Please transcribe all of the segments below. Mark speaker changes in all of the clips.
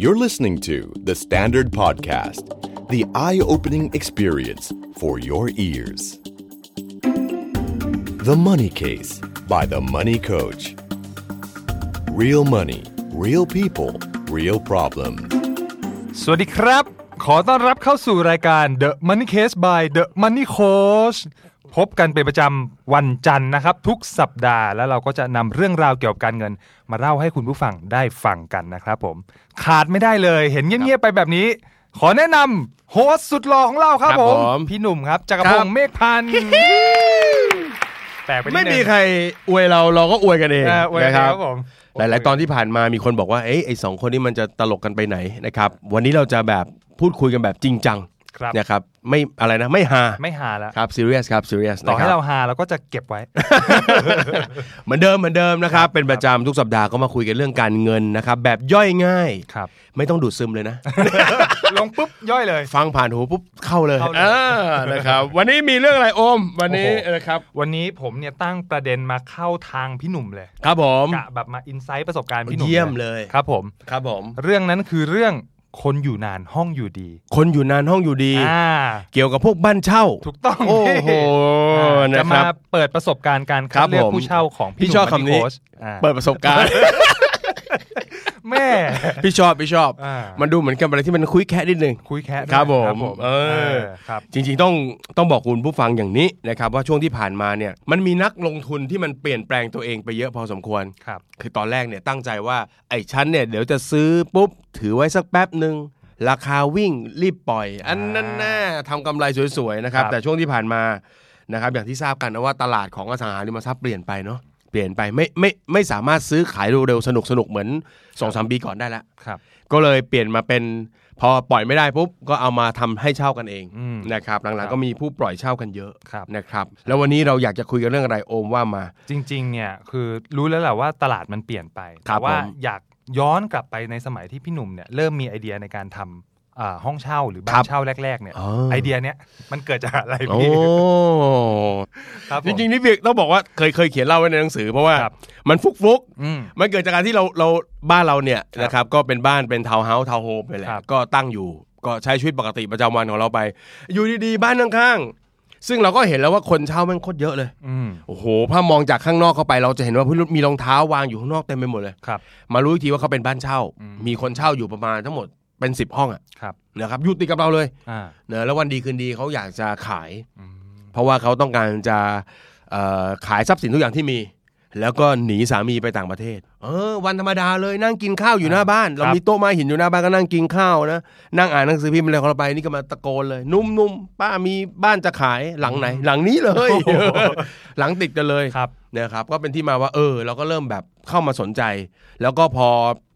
Speaker 1: You're listening to The Standard Podcast, the eye opening experience for your ears. The Money Case by The Money Coach. Real money, real people, real problems.
Speaker 2: สวัสดีครับ ขอต้อนรับเข้าสู่รายการ The Money Case by The Money Coach พบกันเป็นประจำวันจันทร์นะครับ ทุกสัปดาห์แล้วเราก็จะนำเรื่องราวเกี่ยวกับการเงิน มาเล่าให้คุณผู้ฟังได้ฟังกันนะครับผม ขาดไม่ได้เลยเห็นเงียบๆไปแบบนี้ ขอแนะนำโฮสต์สุดหล่อของเราครับ
Speaker 3: ครับ
Speaker 2: ผ
Speaker 3: ผม ม
Speaker 2: พี่หนุ่มครับจักรพง
Speaker 3: ครั
Speaker 2: ษ์
Speaker 3: บ
Speaker 2: เมฆพัน ธ์แต่ปนิดนึ
Speaker 3: ไม่
Speaker 2: ง
Speaker 3: มีใครอวยเราเราก็อวยกันเอง
Speaker 2: เอออวยกันเอง
Speaker 3: นะครับ
Speaker 2: ครับผม
Speaker 3: หลาย ๆ ตอนที่ผ่านมามีคนบอกว่าเอ้ยไอสองคนนี้มันจะตลกกันไปไหนนะครับวันนี้เราจะแบบพูดคุยกันแบบจริงจัง
Speaker 2: ครับ
Speaker 3: นะครับไม่อะไรนะไม่ฮา
Speaker 2: ไม่หาแล้ว
Speaker 3: ครับซีเรียสครับซีเรียส
Speaker 2: ต่อ
Speaker 3: นะค
Speaker 2: ให้
Speaker 3: รับ
Speaker 2: เราหาเราก็จะเก็บไว้
Speaker 3: เหมือนเดิมเหมือนเดิมนะครับเป็นประจำทุกสัปดาห์ก็มาคุยกันเรื่องการเงินนะครับแบบย่อยง่าย
Speaker 2: ครับ
Speaker 3: ไม่ต้องดูดซึมเลยนะ
Speaker 2: ลงปุ๊บย่อยเลย
Speaker 3: ฟังผ่านหูปุ๊บเข้าเลย
Speaker 2: เข้าเลย
Speaker 3: อ่า นะครับวันนี้มีเรื่องอะไรโอมวันนี้นะครับ
Speaker 2: วันนี้ผมเนี่ยตั้งประเด็นมาเข้าทางพี่หนุ่มเลย
Speaker 3: ครับผม
Speaker 2: กะแบบมาอินไซต์ประสบการณ์พี่หนุ่ม
Speaker 3: เยี่ยมเลย
Speaker 2: ครับผม
Speaker 3: ครับผม
Speaker 2: เรื่องนั้นคือเรื่องคนอยู่นานห้องอยู่ดี
Speaker 3: คนอยู่นานห้องอยู่ดี
Speaker 2: อ่า
Speaker 3: เกี่ยวกับพวกบ้านเช่า
Speaker 2: ถูกต้อง
Speaker 3: โอ้โห
Speaker 2: อ่าจะ
Speaker 3: นะค
Speaker 2: มา
Speaker 3: รับ
Speaker 2: เปิดประสบการณ์การคั
Speaker 3: ครั
Speaker 2: ด
Speaker 3: บ
Speaker 2: เลือก
Speaker 3: ผม
Speaker 2: ผู้เช่าของ
Speaker 3: พี่
Speaker 2: พี่หนุ่ม
Speaker 3: ชอบ
Speaker 2: และพี่
Speaker 3: คำนี้
Speaker 2: โค้ชอ่า
Speaker 3: เปิดประสบการณ์
Speaker 2: แม่
Speaker 3: พี่ชอบพี่ชอบ
Speaker 2: อ่ามั
Speaker 3: มันดูเหมือนกับอะไรที่มันคุยแค่นิดนึง
Speaker 2: คุยแค่
Speaker 3: ครับผม
Speaker 2: เอ
Speaker 3: เอ
Speaker 2: อ
Speaker 3: อ
Speaker 2: ครับ
Speaker 3: จริงๆต้องต้องบอกคุณผู้ฟังอย่างนี้นะครับว่าช่วงที่ผ่านมาเนี่ยมันมีนักลงทุนที่มันเปลี่ยนแปลงตัวเองไปเยอะพอสมควร
Speaker 2: ครับ
Speaker 3: คือตอนแรกเนี่ยตั้งใจว่าไอ้ชั้นเนี่ยเดี๋ยวจะซื้อปุ๊บ ถือไว้สักแป๊บหนึ่งราคาวิ่งรีบปล่อย อันนั้นแน่ทำกำไรสวยๆนะครับแต่ช่วงที่ผ่านมานะครับอย่างที่ทราบกันนะว่าตลาดของอสังหาริมทรัพย์เปลี่ยนไปเนาะเปลี่ยนไปไม่ไม่ไม่สามารถซื้อขายเร็วๆสนุกๆเหมือน2อสปีก่อนได้ละ
Speaker 2: ครับ
Speaker 3: ก็เลยเปลี่ยนมาเป็นพอปล่อยไม่ได้ปุ๊บก็เอามาทำให้เช่ากันเอง
Speaker 2: อืม
Speaker 3: นะครับห
Speaker 2: ครั
Speaker 3: ลัง
Speaker 2: บ
Speaker 3: ๆก็มีผู้ปล่อยเช่ากันเยอะ
Speaker 2: ครับ
Speaker 3: นะครับ แล้ววันนี้เราอยากจะคุยกันเรื่องอะไรโอมว่ามา
Speaker 2: จริงๆ เนี่ยคือรู้แล้วแหละว่าตลาดมันเปลี่ยนไป
Speaker 3: ครั
Speaker 2: แต่
Speaker 3: บ
Speaker 2: ว่า
Speaker 3: ผม
Speaker 2: อยากย้อนกลับไปในสมัยที่พี่หนุ่มเนี่ยเริ่มมีไอเดียในการทำเอ่อห้องเช่าหรือบ้า
Speaker 3: ครั
Speaker 2: น
Speaker 3: บ
Speaker 2: เช่าแรกๆเนี่ย
Speaker 3: อ๋อ
Speaker 2: ไอเดียเนี้ยมันเกิดจากอะไร
Speaker 3: โอ้
Speaker 2: พี่ครับ
Speaker 3: จริ
Speaker 2: ผ
Speaker 3: ง
Speaker 2: ม
Speaker 3: ๆนี่พี่ต้องบอกว่าเคยเคยเขียนเล่าไว้ในหนังสือเพราะว่า
Speaker 2: ครับ
Speaker 3: มันฟุกฟุก
Speaker 2: อืม
Speaker 3: ๆมันเกิดจากการที่เราเราบ้านเราเนี่ย
Speaker 2: ครับ
Speaker 3: นะครับก็เป็นบ้านเป็นทาวน์เฮาส์ทาวน์โฮมไปแหละ
Speaker 2: ครับ
Speaker 3: ก็ตั้งอยู่ก็ใช้ชีวิตปกติประจำวันของเราไป อยู่ดีๆบ้านข้างๆซึ่งเราก็เห็นแล้วว่าคนเช่าแมันโคตรเยอะเลย
Speaker 2: อืม
Speaker 3: โอ้โหถ้ามองจากข้างนอกเข้าไปเราจะเห็นว่ามีรองเท้าวางอยู่ข้างนอกเต็มไปหมดเลย
Speaker 2: ครับ
Speaker 3: มารู้อีกทีว่าเขาเป็นบ้านเช่า
Speaker 2: อืม
Speaker 3: มีคนเช่าอยู่ประมาณทั้งหมดเป็น 10 ห้องอะ
Speaker 2: ครับ
Speaker 3: นะครับอยู่ติดกับเราเลย
Speaker 2: อ่า
Speaker 3: เนอะแล้ววันดีคืนดีเขาอยากจะขาย
Speaker 2: อืม
Speaker 3: เพราะว่าเขาต้องการจะเอ่อขายทรัพย์สินทุกอย่างที่มี แล้วก็หนีสามีไปต่างประเทศ เออ วันธรรมดาเลยนั่งกินข้าวอยู่หน้าบ้าน เรามีโต๊ะไม้หินอยู่หน้าบ้านก็นั่งกินข้าวนะนั่งอ่านหนังสือพิมพ์อะไรของเราไปนี่ก็มาตะโกนเลยหนุ่มๆป้ามีบ้านจะขายหลังไหน หลังนี้เลย หลังติดกันเลย
Speaker 2: ครับ
Speaker 3: เนี่ยครับก็เป็นที่มาว่าเออเราก็เริ่มแบบเข้ามาสนใจ แล้วก็พอ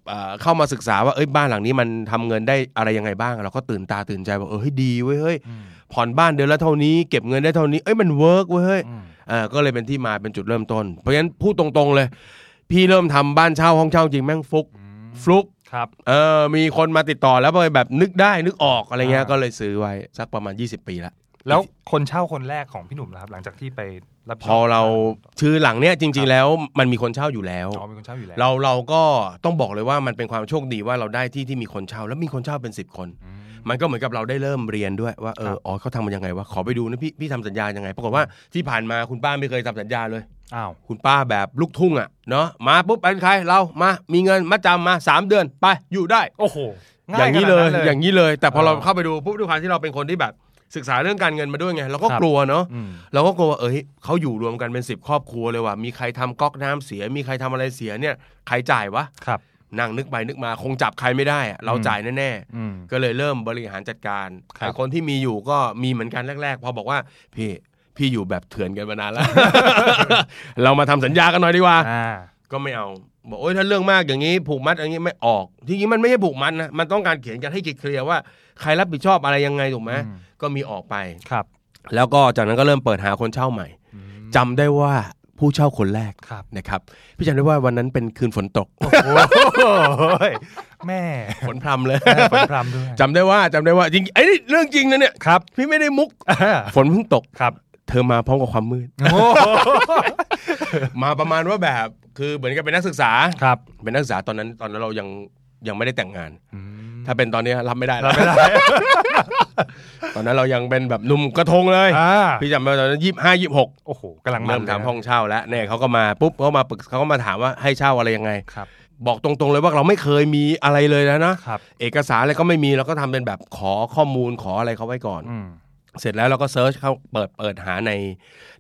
Speaker 3: เอ่อเข้ามาศึกษาว่าเอ้ยบ้านหลังนี้มันทำเงินได้อะไรยังไงบ้าง เราก็ตื่นตาตื่นใจว่าเออเฮ้ยดีเว้ยเฮ้ย
Speaker 2: อืม
Speaker 3: ผ่อนบ้านเดือนละเท่านี้เก็บเงินได้เท่านี้เอ้ยมันเวิร์กเว้ยเฮ้ย
Speaker 2: อืม
Speaker 3: อ่าก็เลยเป็นที่มาเป็นจุดเริ่มต้น เพราะฉะนั้นพูดตรงๆเลย พี่เริ่มทำบ้านเช่าห้องเช่าจริงแม่งฟลุกฟลุก
Speaker 2: ครับ
Speaker 3: เออมีคนมาติดต่อแล้วแบบนึกได้นึกออกอะไรเงี้ยก็เลยซื้อไว้สักประมาณ 20 ปีละ
Speaker 2: แล้วคนเช่าคนแรกของพี่หนุ่มล่ะครับ หลังจากที่ไปรับ
Speaker 3: พอเราชื่อหลังเนี้ยจริง ๆ แล้วมันมีคนเช่าอยู่แล้ว
Speaker 2: อ๋อมีคนเช่าอยู่แล้ว
Speaker 3: เราเราก็ต้องบอกเลยว่ามันเป็นความโชคดีว่าเราได้ที่ที่มีคนเช่า แล้วมีคนเช่าเป็น 10 คน
Speaker 2: อืม
Speaker 3: มันก็เหมือนกับเราได้เริ่มเรียนด้วยว่าเอ
Speaker 2: ครั
Speaker 3: อบ อ๋อเขาทำมันยังไงวะขอไปดูนะพี่พี่ทำสัญญายังไงปรากฏว่าที่ผ่านมาคุณป้าไม่เคยทำสัญญาเลย
Speaker 2: อ้าว
Speaker 3: คุณป้าแบบลูกทุ่งอ่ะเนาะมาปุ๊บเป็นใครเรามามีเงินมาจำมา 3 เดือนไปอยู่ได้
Speaker 2: โอ้โหง่
Speaker 3: อย่าง
Speaker 2: นี้
Speaker 3: นี้เลยอย่างนี้เลย แต่พอเรา
Speaker 2: เออ
Speaker 3: เข้าไปดูปุ๊บด้วยความที่เราเป็นคนที่แบบศึกษาเรื่องการเงินมาด้วยไงเราก็
Speaker 2: ครับ
Speaker 3: กลัวเนาะ
Speaker 2: อืม
Speaker 3: เราก็กลัวว่าเอ้ยเขาอยู่รวมกันเป็นสิบครอบครัวเลยว่ะมีใครทำก๊อกน้ำเสีย มีใครทำอะไรเสียเนี่ยใครจ่ายวะ
Speaker 2: ครับ
Speaker 3: นั่งนึกไปนึกมาคงจับใครไม่ได้อะเรา
Speaker 2: อืม
Speaker 3: จ่ายแน่
Speaker 2: อืม
Speaker 3: ๆก็เลยเริ่มบริหารจัดการ
Speaker 2: ครับ
Speaker 3: ไอ้คนที่มีอยู่ก็มีเหมือนกันแรก ๆ พอบอกว่าพี่พี่อยู่แบบเถื่อนกันมานานแล้ว เรามาทำสัญญากันหน่อยดีกว่า
Speaker 2: อ่า
Speaker 3: ก็ไม่เอาบอกโอ้ยถ้าเรื่องมากอย่างนี้ผูกมัดอย่างนี้ไม่ออกที่จริงมันไม่ใช่ผูกมัดนะมันต้องการเขียนกันให้เคลียร์ๆว่าใครรับผิดชอบอะไรยังไงถูกไหม
Speaker 2: อืม
Speaker 3: ก็มีออกไป
Speaker 2: ครับ
Speaker 3: แล้วก็จากนั้นก็เริ่มเปิดหาคนเช่าใหม่
Speaker 2: อืม
Speaker 3: จำได้ว่าผู้เช่าคนแรก
Speaker 2: ครับ
Speaker 3: นะครับพี่จำได้ว่าวันนั้นเป็นคืนฝนตก
Speaker 2: โอ้ยแม่
Speaker 3: ฝนพรำเลย
Speaker 2: แม่ฝนพรำด้วย
Speaker 3: จำได้ว่าจำได้ว่าจริงไอ้ยนี่เรื่องจริงนะเนี่ย
Speaker 2: ครับ
Speaker 3: พี่ไม่ได้มุก
Speaker 2: อ่า
Speaker 3: ฝนเพิ่งตก
Speaker 2: ครับ
Speaker 3: เธอมาพร้อมกับความ มืด
Speaker 2: โอ้
Speaker 3: มาประมาณว่าแบบคือเหมือนกับเป็นนักศึกษา
Speaker 2: ครับ
Speaker 3: เป็นนักศึกษาตอนนั้นตอนนั้นเรายัง ยังไม่ได้แต่งงาน
Speaker 2: อืม
Speaker 3: ถ้าเป็นตอนนี้รับไม่ได้แล้
Speaker 2: เรา
Speaker 3: ว
Speaker 2: ไม่ได้
Speaker 3: ตอนนั้นเรายังเป็นแบบหนุ่มกระทงเลย
Speaker 2: อ่า
Speaker 3: พี่จำได้ตอนนั้นยี่ห้ายี่หก
Speaker 2: โอ้โหกำลังมั
Speaker 3: เริ่
Speaker 2: น
Speaker 3: ม
Speaker 2: เลยนะ
Speaker 3: ทำห้องเช่าแล้วเนี่ยเขาก็มาปุ๊บเขามาปรึกเขาก็มาถามว่าให้เช่าอะไรยังไง
Speaker 2: ครับ
Speaker 3: บอกตรงๆเลยว่าเราไม่เคยมีอะไรเลยนะนะ
Speaker 2: ครับ
Speaker 3: เอกสารอะไรก็ไม่มีเราก็ทำเป็นแบบขอข้อมูลขออะไรเขาไว้ก่อน
Speaker 2: อืม
Speaker 3: เสร็จแล้วเราก็เซิร์ชเข้าเปิดเปิดหาใน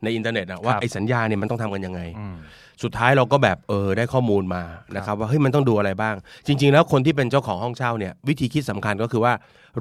Speaker 3: ในอินเทอร์เน็ตอะว่า
Speaker 2: ครับ
Speaker 3: ไอ้สัญญาเนี่ยมันต้องทำกันยังไง
Speaker 2: อืม
Speaker 3: สุดท้ายเราก็แบบเออได้ข้อมูลมานะครับว่าเฮ้ยมันต้องดูอะไรบ้าง จริง ๆ แล้วคนที่เป็นเจ้าของห้องเช่าเนี่ยวิธีคิดสำคัญก็คือว่า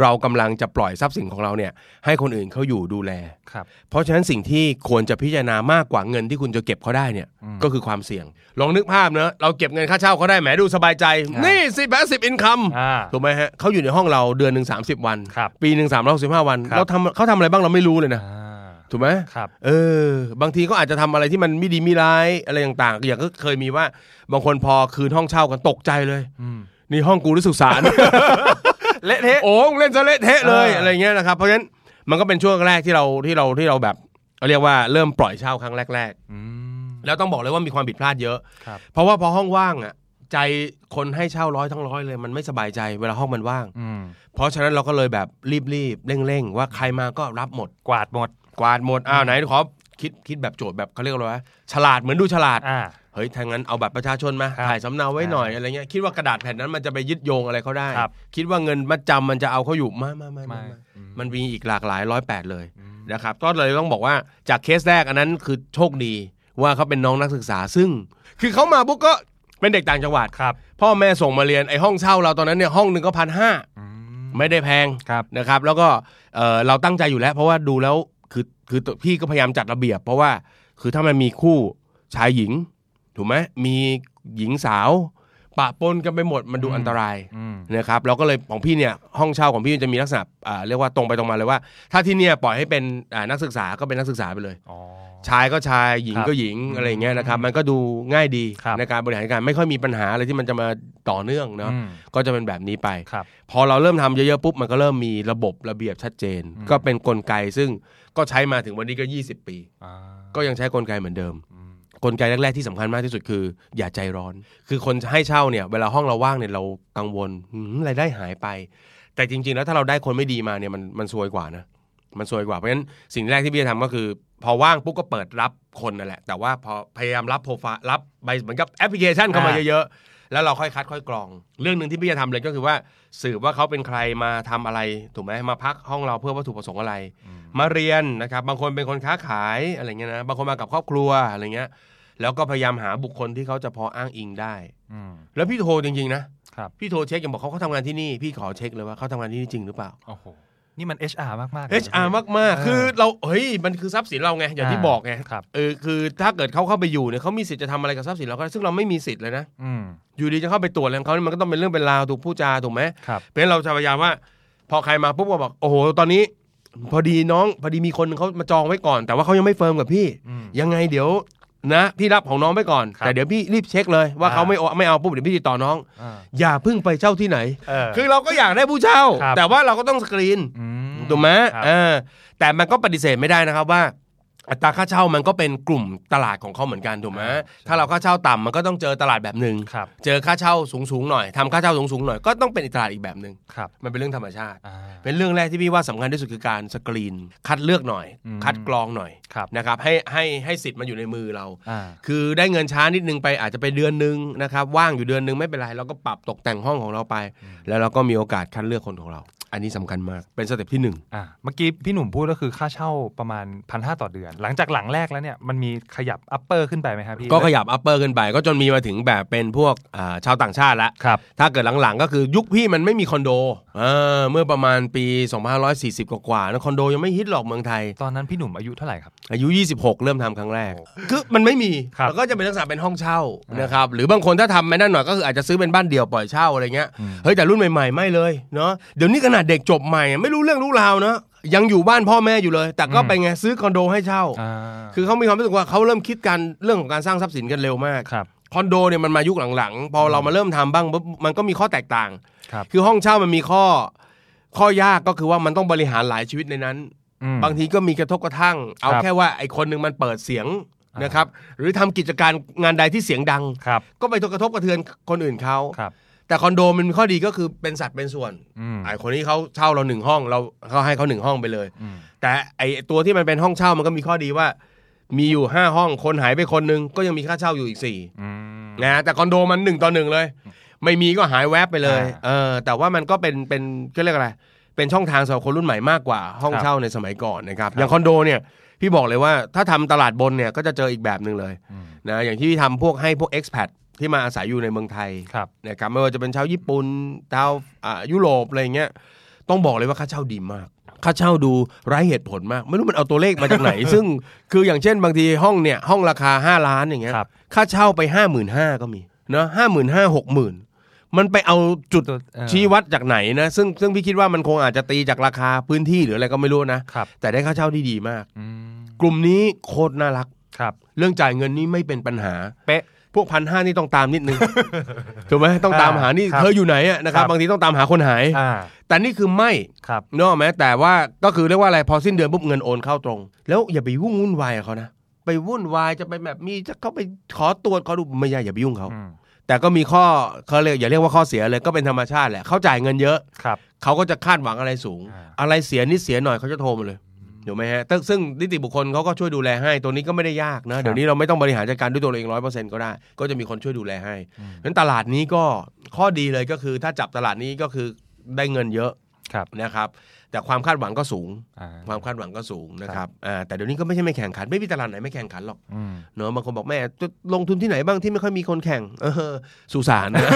Speaker 3: เรากำลังจะปล่อยทรัพย์สินของเราเนี่ยให้คนอื่นเขาอยู่ดูแล
Speaker 2: ครับ
Speaker 3: เพราะฉะนั้นสิ่งที่ควรจะพิจารณามากกว่าเงินที่คุณจะเก็บเขาได้เนี่ย
Speaker 2: อืม
Speaker 3: ก็คือความเสี่ยง ลองนึกภาพเนอะเราเก็บเงินค่าเช่าเขาได้แหมดูสบายใจ
Speaker 2: อ่านี่
Speaker 3: นี่สิแปดสิบอินคัม
Speaker 2: อ่า
Speaker 3: ถูกไหมฮะเขาอยู่ในห้องเราเดือนหนึ่งสามสิบวัน
Speaker 2: ครับ
Speaker 3: ปีหนึ่งสามร้อยหกสิบห้าวัน
Speaker 2: ครับ
Speaker 3: เราทำเขาทำอะไรบ้างเราไม่รู้เลยนะ
Speaker 2: อ่า
Speaker 3: ถูกไหม
Speaker 2: ครับ
Speaker 3: เออบางทีก็อาจจะทำอะไรที่มันไม่ดีไม่ร้ายอะไรต่างๆ อย่างก็เคยมีว่าบางคนพอคืนห้องเช่ากันตกใจเลย
Speaker 2: อืม
Speaker 3: นี่ห้องกูหรู้ สุสาน
Speaker 2: เละเทะ
Speaker 3: โอ้งเล่นซะเละเทะเลย
Speaker 2: อ่า
Speaker 3: อะไรเงี้ยนะครับเพราะฉะนั้นมันก็เป็นช่วงแรกที่เราที่เราที่เราแบบเรียกว่าเริ่มปล่อยเช่าครั้งแรก
Speaker 2: อืม
Speaker 3: ๆ แล้วต้องบอกเลยว่ามีความผิดพลาดเยอะ
Speaker 2: ครับ
Speaker 3: เพราะว่าพอห้องว่างอ่ะใจคนให้เช่าร้อยทั้งร้อยเลยมันไม่สบายใจเวลาห้องมันว่าง
Speaker 2: อืม
Speaker 3: เพราะฉะนั้นเราก็เลยแบบรีบๆเร่งๆว่าใครมาก็รับหมด
Speaker 2: กวาดหมด
Speaker 3: กวาดหมดอ้าวไหนขอคิดคิดแบบโจทย์แบบเขาเรียกว่าอะไรวะฉลาดเหมือนดูฉลาด
Speaker 2: อ่า
Speaker 3: เฮ้ยทางนั้นเอาบัตรประชาชนมา
Speaker 2: ครับ
Speaker 3: ถ่ายสำเนาไว้หน่อยอะไรเงี้ยคิดว่ากระดาษแผ่นนั้นมันจะไปยึดโยงอะไรเขาได้
Speaker 2: ครับ
Speaker 3: คิดว่าเงินมัดจำมันจะเอาเขาอยู่ไมามามา
Speaker 2: ไม่
Speaker 3: มา
Speaker 2: อืม
Speaker 3: มันมีอีกหลากหลายร้อยแปดเลย
Speaker 2: อืม
Speaker 3: นะครับก็เลยต้องบอกว่าจากเคสแรกอันนั้นคือโชคดีว่าเขาเป็นน้องนักศึกษาซึ่ง คือเขามาปุ๊บก็เป็นเด็กต่างจังหวัด
Speaker 2: ครับ
Speaker 3: พ่อแม่ส่งมาเรียนไอห้องเช่าเราตอนนั้นเนี่ยห้องหนึ่งก็พันห้า
Speaker 2: อื
Speaker 3: ไม่ได้แพง
Speaker 2: ครับ
Speaker 3: นะครับแล้วก็เอ่อเราตั้งใจอยู่แล้ว เพราะว่าดูแล้วคือคือตัวพี่ก็พยายามจัดระเบียบ เพราะว่าคือถ้ามันมีคู่ชายหญิง ถูกไหมมีหญิงสาว ปะปนกันไปหมดมันดู
Speaker 2: อืม
Speaker 3: อันตราย
Speaker 2: อืม
Speaker 3: นะครับเราก็เลยของพี่เนี่ยห้องเช่าของพี่จะมีลักษณะอ่าเรียกว่าตรงไปตรงมาเลยว่า ถ้าที่เนี่ยปล่อยให้เป็นอ่านักศึกษาก็เป็นนักศึกษาไปเลย
Speaker 2: อ๋อ
Speaker 3: ชายก็ชายหญิง
Speaker 2: ครับ
Speaker 3: ก็หญิง
Speaker 2: อืม
Speaker 3: อะไรอย่างเงี้ยนะครับมันก็ดูง่ายดี
Speaker 2: ครับ
Speaker 3: ในการบริหารการไม่ค่อยมีปัญหาอะไรที่มันจะมาต่อเนื่องเนาะ
Speaker 2: อืม
Speaker 3: ก็จะเป็นแบบนี้ไป
Speaker 2: ครับ
Speaker 3: พอเราเริ่มทำเยอะๆปุ๊บมันก็เริ่มมีระบบระเบียบชัดเจน
Speaker 2: อืม
Speaker 3: ก็เป็นกลไกซึ่งก็ใช้มาถึงวันนี้ก็ 20 ปี
Speaker 2: อ่า
Speaker 3: ก็ยังใช้กลไกเหมือนเดิม
Speaker 2: อืม
Speaker 3: กลไกแรกๆที่สำคัญมากที่สุดคือ อย่าใจร้อน คือคนให้เช่าเนี่ยเวลาห้องเราว่างเนี่ยเรากังวลหืมรายได้หายไป แต่จริง ๆ แล้วถ้าเราได้คนไม่ดีมาเนี่ยมันมันซวยกว่านะมันซวยกว่าเพราะฉะนั้นสิ่งแรกที่พี่จะทำก็คือ พอว่างปุ๊บก็เปิดรับคนนั่นแหละ แต่ว่าพอพยายามรับโปรไฟล์รับใบเหมือนกับแอปพลิเคชันเข้ามาเยอะๆแล้วเราค่อยคัดค่อยกรอง เรื่องหนึ่งที่พี่จะทำเลยก็คือว่าสืบว่าเขาเป็นใครมาทำอะไรถูกไหมมาพักห้องเราเพื่อวัตถุประสงค์อะไร
Speaker 2: อืม
Speaker 3: มาเรียนนะครับบางคนเป็นคนค้าขายอะไรเงี้ยนะบางคนมากับครอบครัวอะไรเงี้ย แล้วก็พยายามหาบุคคลที่เขาจะพออ้างอิงได้
Speaker 2: อืม
Speaker 3: แล้วพี่โทรจริงๆนะครับ พี่โทรเช็คอย่างบอกเขาเขาทำงานที่นี่พี่ขอเช็คเลยว่าเขาทำงานที่นี่จริงหรือเปล่า
Speaker 2: โอ้โหนี่มัน HR มากมาก
Speaker 3: HR มากๆ คือเราเฮ้ยมันคือทรัพย์สินเราไงอย่างที่บอกไง
Speaker 2: ครับ
Speaker 3: เออคือถ้าเกิดเขาเข้าไปอยู่เนี่ยเขามีสิทธิ์จะทำอะไรกับทรัพย์สินเราก็ได้ซึ่งเราไม่มีสิทธิ์เลยนะ
Speaker 2: อืม
Speaker 3: อยู่ดีจะเข้าไปตรวจอะไรของเขาเนี่ยมันก็ต้องเป็นเรื่องเป็นราวถูกผู้จาถูกไหม
Speaker 2: ครับ
Speaker 3: เพราะฉะนั้นเราจะพยายามว่า พอใครมาปุ๊บก็บอกโอ้โหตอนนี้ พอดีน้องพอดีมีคนเขามาจองไว้ก่อน แต่ว่าเขายังไม่เฟิร์มกับพี่
Speaker 2: อืม
Speaker 3: ยังไงเดี๋ยวนะพี่รับของน้องไปก่อน
Speaker 2: ครับ
Speaker 3: แต่เดี๋ยวพี่รีบเช็คเลยว่า
Speaker 2: อ่า
Speaker 3: เขาไม่เอาไม่เอาปุ๊บเดี๋ยวพี่ติดต่อน้อง
Speaker 2: อ่า
Speaker 3: อย่าเพิ่งไปเช่าที่ไหน
Speaker 2: เออ
Speaker 3: คือเราก็อยากได้ผู้เช่า
Speaker 2: ครับ
Speaker 3: แต่ว่าเราก็ต้องสกรีน
Speaker 2: ม
Speaker 3: ถูกไหม
Speaker 2: ครับ
Speaker 3: เออแต่มันก็ปฏิเสธไม่ได้นะครับว่า อัตราค่าเช่ามันก็เป็นกลุ่มตลาดของเขาเหมือนกันถูกไหมถ้าเราค่าเช่าต่ำมันก็ต้องเจอตลาดแบบหนึ่ง
Speaker 2: ครับ
Speaker 3: เจอค่าเช่าสูงๆหน่อยทำค่าเช่าสูงๆหน่อยก็ต้องเป็นอีกตลาดอีกแบบหนึ่ง
Speaker 2: ครับ
Speaker 3: มันเป็นเรื่องธรรมชาติ
Speaker 2: อ่า
Speaker 3: เป็นเรื่องแรกที่พี่ว่าสำคัญที่สุดคือการสกรีน คัดเลือกหน่อย
Speaker 2: อืม
Speaker 3: คัดกรองหน่อย
Speaker 2: ครับ
Speaker 3: นะครับให้ให้ให้สิทธิ์มันอยู่ในมือเรา
Speaker 2: อ่า
Speaker 3: คือได้เงินช้านิดนึงไปอาจจะไปเดือนนึงนะครับว่างอยู่เดือนนึงไม่เป็นไรเราก็ปรับตกแต่งห้องของเราไป แล้วเราก็มีโอกาสคัดเลือกคนของเรา อันนี้สำคัญมากเป็นสเต็ปที่หนึ่ง
Speaker 2: อ่าเมื่อกี้พี่หนุ่มพูดก็คือค่าเช่าประมาณพันห้าต่อเดือน หลังจากหลังแรกแล้วเนี่ยมันมีขยับอัปเปอร์ขึ้นไปไหมครับพี่
Speaker 3: ก็ขยับอัปเปอร์ขึ้นไปก็จนมีมาถึงแบบเป็นพวกอ่าชาวต่างชาติละ
Speaker 2: ครับ
Speaker 3: ถ้าเกิดหลังๆ ก็คือยุคพี่มันไม่มีคอนโดเออเมื่อประมาณปี2540 กว่าๆนะคอนโดยังไม่ฮิตหรอกเมืองไทย
Speaker 2: ตอนนั้นพี่หนุ่มอายุเท่าไหร่ครับ
Speaker 3: อายุ 26 เริ่มทำครั้งแรก คือมันไม่มี
Speaker 2: ครับ
Speaker 3: แล้วก็จะเป็นลักษณะเป็นห้องเช่า
Speaker 2: อ่าน
Speaker 3: นะครับหรือบางคนถ้าทำไม่นั่นหน่อยก็คืออาจจะซื้อเป็นบ้านเดี่ยวปล่อยเช่าอะไรเงี้ยเฮ้ยแต่รุ่นใหม่ๆ ไม่เลยเนาะเดี๋ยวนี้ขนาดเด็กจบใหม่ไม่รู้เรื่องรู้ราวเนาะยังอยู่บ้านพ่อแม่อยู่เลย แต่ก็ไปไงซื้อคอนโดให้เช่า
Speaker 2: อ่า
Speaker 3: คือเขามีความรู้สึกว่าเขาเริ่มคิดการเรื่องของการสร้างทรัพย์สินกันเร็วมาก
Speaker 2: ครับ
Speaker 3: คอนโดเนี่ยมันมายุคหลังๆ พอเรามาเริ่มทำบ้างปุ๊บมันก็มีข้อแตกต่าง
Speaker 2: ครับ
Speaker 3: คือห้องเช่ามันมีข้อ ข้อยากก็คือว่ามันต้องบริหารหลายชีวิตในนั้น
Speaker 2: อืม
Speaker 3: บางทีก็มีกระทบกระทั่ง เอา
Speaker 2: ครับ
Speaker 3: แค่ว่าไอคนหนึ่งมันเปิดเสียง
Speaker 2: อ่าน
Speaker 3: นะครับ หรือทำกิจการงานใดที่เสียงดัง
Speaker 2: ครับ
Speaker 3: ก็ไปกระทบกระเทือนคนอื่นเขา
Speaker 2: ครับ
Speaker 3: แต่คอนโดมันมีข้อดีก็คือเป็นสัดเป็นส่วน
Speaker 2: อืม
Speaker 3: ไอ้คนนี้เขาเช่าเราหนึ่งห้องเราเขาให้เขาหนึ่งห้องไปเลย
Speaker 2: อืม
Speaker 3: แต่ไอ้ตัวที่มันเป็นห้องเช่ามันก็มีข้อดีว่า มีอยู่ห้าห้องคนหายไปคนนึงก็ยังมีค่าเช่าอยู่อีกสี่
Speaker 2: อืม
Speaker 3: นะแต่คอนโดมันหนึ่งต่อหนึ่งเลย ไม่มีก็หายแวบไปเลย
Speaker 2: อ่า
Speaker 3: เออแต่ว่ามันก็เป็นเป็นก็เรียกอะไร เป็นช่องทางสำหรับคนรุ่นใหม่มากกว่าห้อง
Speaker 2: ครับ
Speaker 3: เช่าในสมัยก่อนนะครับอย่างคอนโดเนี่ยพี่บอกเลยว่าถ้าทำตลาดบนเนี่ยก็จะเจออีกแบบหนึ่งเลย
Speaker 2: อืม
Speaker 3: นะอย่างที่พี่ทำพวกให้พวก expat ที่มาอาศัยอยู่ในเมืองไทย
Speaker 2: ครับ
Speaker 3: นะครับไม่ว่าจะเป็นชาวญี่ปุ่นชาวอ่ายุโรปอะไรอย่างเงี้ยต้องบอกเลยว่าค่าเช่าดีมาก ค่าเช่าดูไร้เหตุผลมาก ไม่รู้มันเอาตัวเลขมา จากไหน ซึ่งคืออย่างเช่นบางทีห้องเนี่ยห้องราคา 5 ล้านอย่างเงี้ย
Speaker 2: ครับ
Speaker 3: ค่าเช่าไปห้าหมื่นห้าก็มีเนาะห้าหมื่นห้าหกหมื่นมันไปเอาจุด
Speaker 2: จุดเออ
Speaker 3: ชี้วัดจากไหนนะ ซึ่งซึ่งพี่คิดว่ามันคงอาจจะตีจากราคาพื้นที่หรืออะไรก็ไม่รู้นะ
Speaker 2: ครับ
Speaker 3: แต่ได้ค่าเช่าที่ดีมาก
Speaker 2: อืม
Speaker 3: กลุ่มนี้โคตรน่ารัก
Speaker 2: ครับ
Speaker 3: เรื่องจ่ายเงินนี่ไม่เป็นปัญหา
Speaker 2: เป๊ะ
Speaker 3: พวกพันห้านี่ต้องตามนิ ดนึง ถูกไหมต้องตามหานี่
Speaker 2: ครับ
Speaker 3: เธออยู่ไหนอะนะครับ
Speaker 2: ครับ
Speaker 3: บางทีต้องตามหาคนหาย
Speaker 2: อ่า
Speaker 3: แต่นี่คือไม่
Speaker 2: ครับ
Speaker 3: เนกอะไหมแต่ว่าก็คือเรียกว่าอะไรพอสิ้นเดือนปุ๊บเงินโอนเข้าตรง แล้วอย่าไปวุ่นวุ่นวายกับเขานะไปวุ่นวายจะไปแบบมีจะเข้าไปขอตรวจขอดูไม่ใช่อย่าไปยุ่งเขา
Speaker 2: อืม
Speaker 3: แต่ก็มีข้อเขาเรียกอย่าเรียกว่าข้อเสียเลยก็เป็นธรรมชาติแหละเขาจ่ายเงินเยอะ
Speaker 2: ครับ
Speaker 3: เขาก็จะคาดหวังอะไรสูง
Speaker 2: อ่า
Speaker 3: อะไรเสียนิดเสียหน่อยเขาจะโทรมาเลยถูกไหมฮะซึ่งซึ่งนิติบุคคลเขาก็ช่วยดูแลให้ตัวนี้ก็ไม่ได้ยากนะ เดี๋ยวนี้เราไม่ต้องบริหารจัดการด้วยตัวเราเองร้อยเปอร์เซ็นต์ก็ได้ ก็จะมีคนช่วยดูแลให้นั้นตลาดนี้ก็ข้อดีเลยก็คือ ถ้าจับตลาดนี้ก็คือได้เงินเยอะ
Speaker 2: ครับ
Speaker 3: นะครับ แต่ความคาดหวังก็สูง
Speaker 2: อ่า
Speaker 3: ความคาดหวังก็สูงนะครับอ่าแต่เดี๋ยวนี้ก็ไม่ใช่ไม่แข่งขัน ไม่มีตลาดไหนไม่แข่งขันหรอก
Speaker 2: อืม
Speaker 3: เนอะบางคนบอกแม่จะลงทุนที่ไหนบ้างที่ไม่ค่อยมีคนแข่ง เออสุสานนะ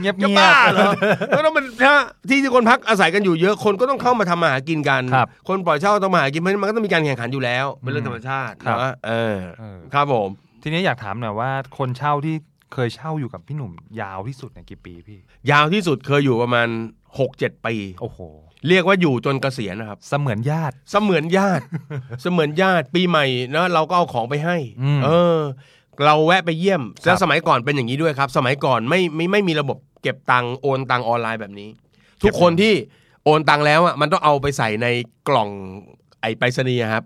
Speaker 2: เงียบ
Speaker 3: จะ
Speaker 2: เงีย
Speaker 3: บ้า
Speaker 2: บ
Speaker 3: เหรอก็ต้องมันถ้าที่ที่คนพักอาศัยกันอยู่เยอะคนก็ต้องเข้ามาทำมาหากินกัน
Speaker 2: ครับ
Speaker 3: คนปล่อยเช่าต้องมาหากินเพราะฉะนั้นมันก็ต้องมีการแข่งขันอยู่แล้ว เป็นเรื่องธรรมชาติ
Speaker 2: ครับ
Speaker 3: นะเออ
Speaker 2: เออ
Speaker 3: ครับผม
Speaker 2: ทีนี้อยากถามหน่อยว่าคนเช่าที่เคยเช่าอยู่กับพี่หนุ่มยาวที่สุดเนี่ยกี่ปีพี่
Speaker 3: ยาวที่สุดเคยอยู่ประมาณ 6-7 ปี
Speaker 2: โอ้โห
Speaker 3: เรียกว่าอยู่จนเกษียณนะครับ
Speaker 2: เสมือนญาติ
Speaker 3: เสมือนญาติ เสมือนญาติปีใหม่นะเราก็เอาของไปให้
Speaker 2: อืม
Speaker 3: เออ เราแวะไปเยี่ยม
Speaker 2: ครั
Speaker 3: แล้ว
Speaker 2: บ
Speaker 3: สมัยก่อนเป็นอย่างนี้ด้วยครับ สมัยก่อนไม่ไม่ไม่มีระบบเก็บตังค์โอนตังค์ออนไลน์แบบนี้ ทุกคน
Speaker 2: เก็บเงิน
Speaker 3: ที่โอนตังค์แล้วอ่ะมันต้องเอาไปใส่ในกล่องไอไปรษณีย์อะครับ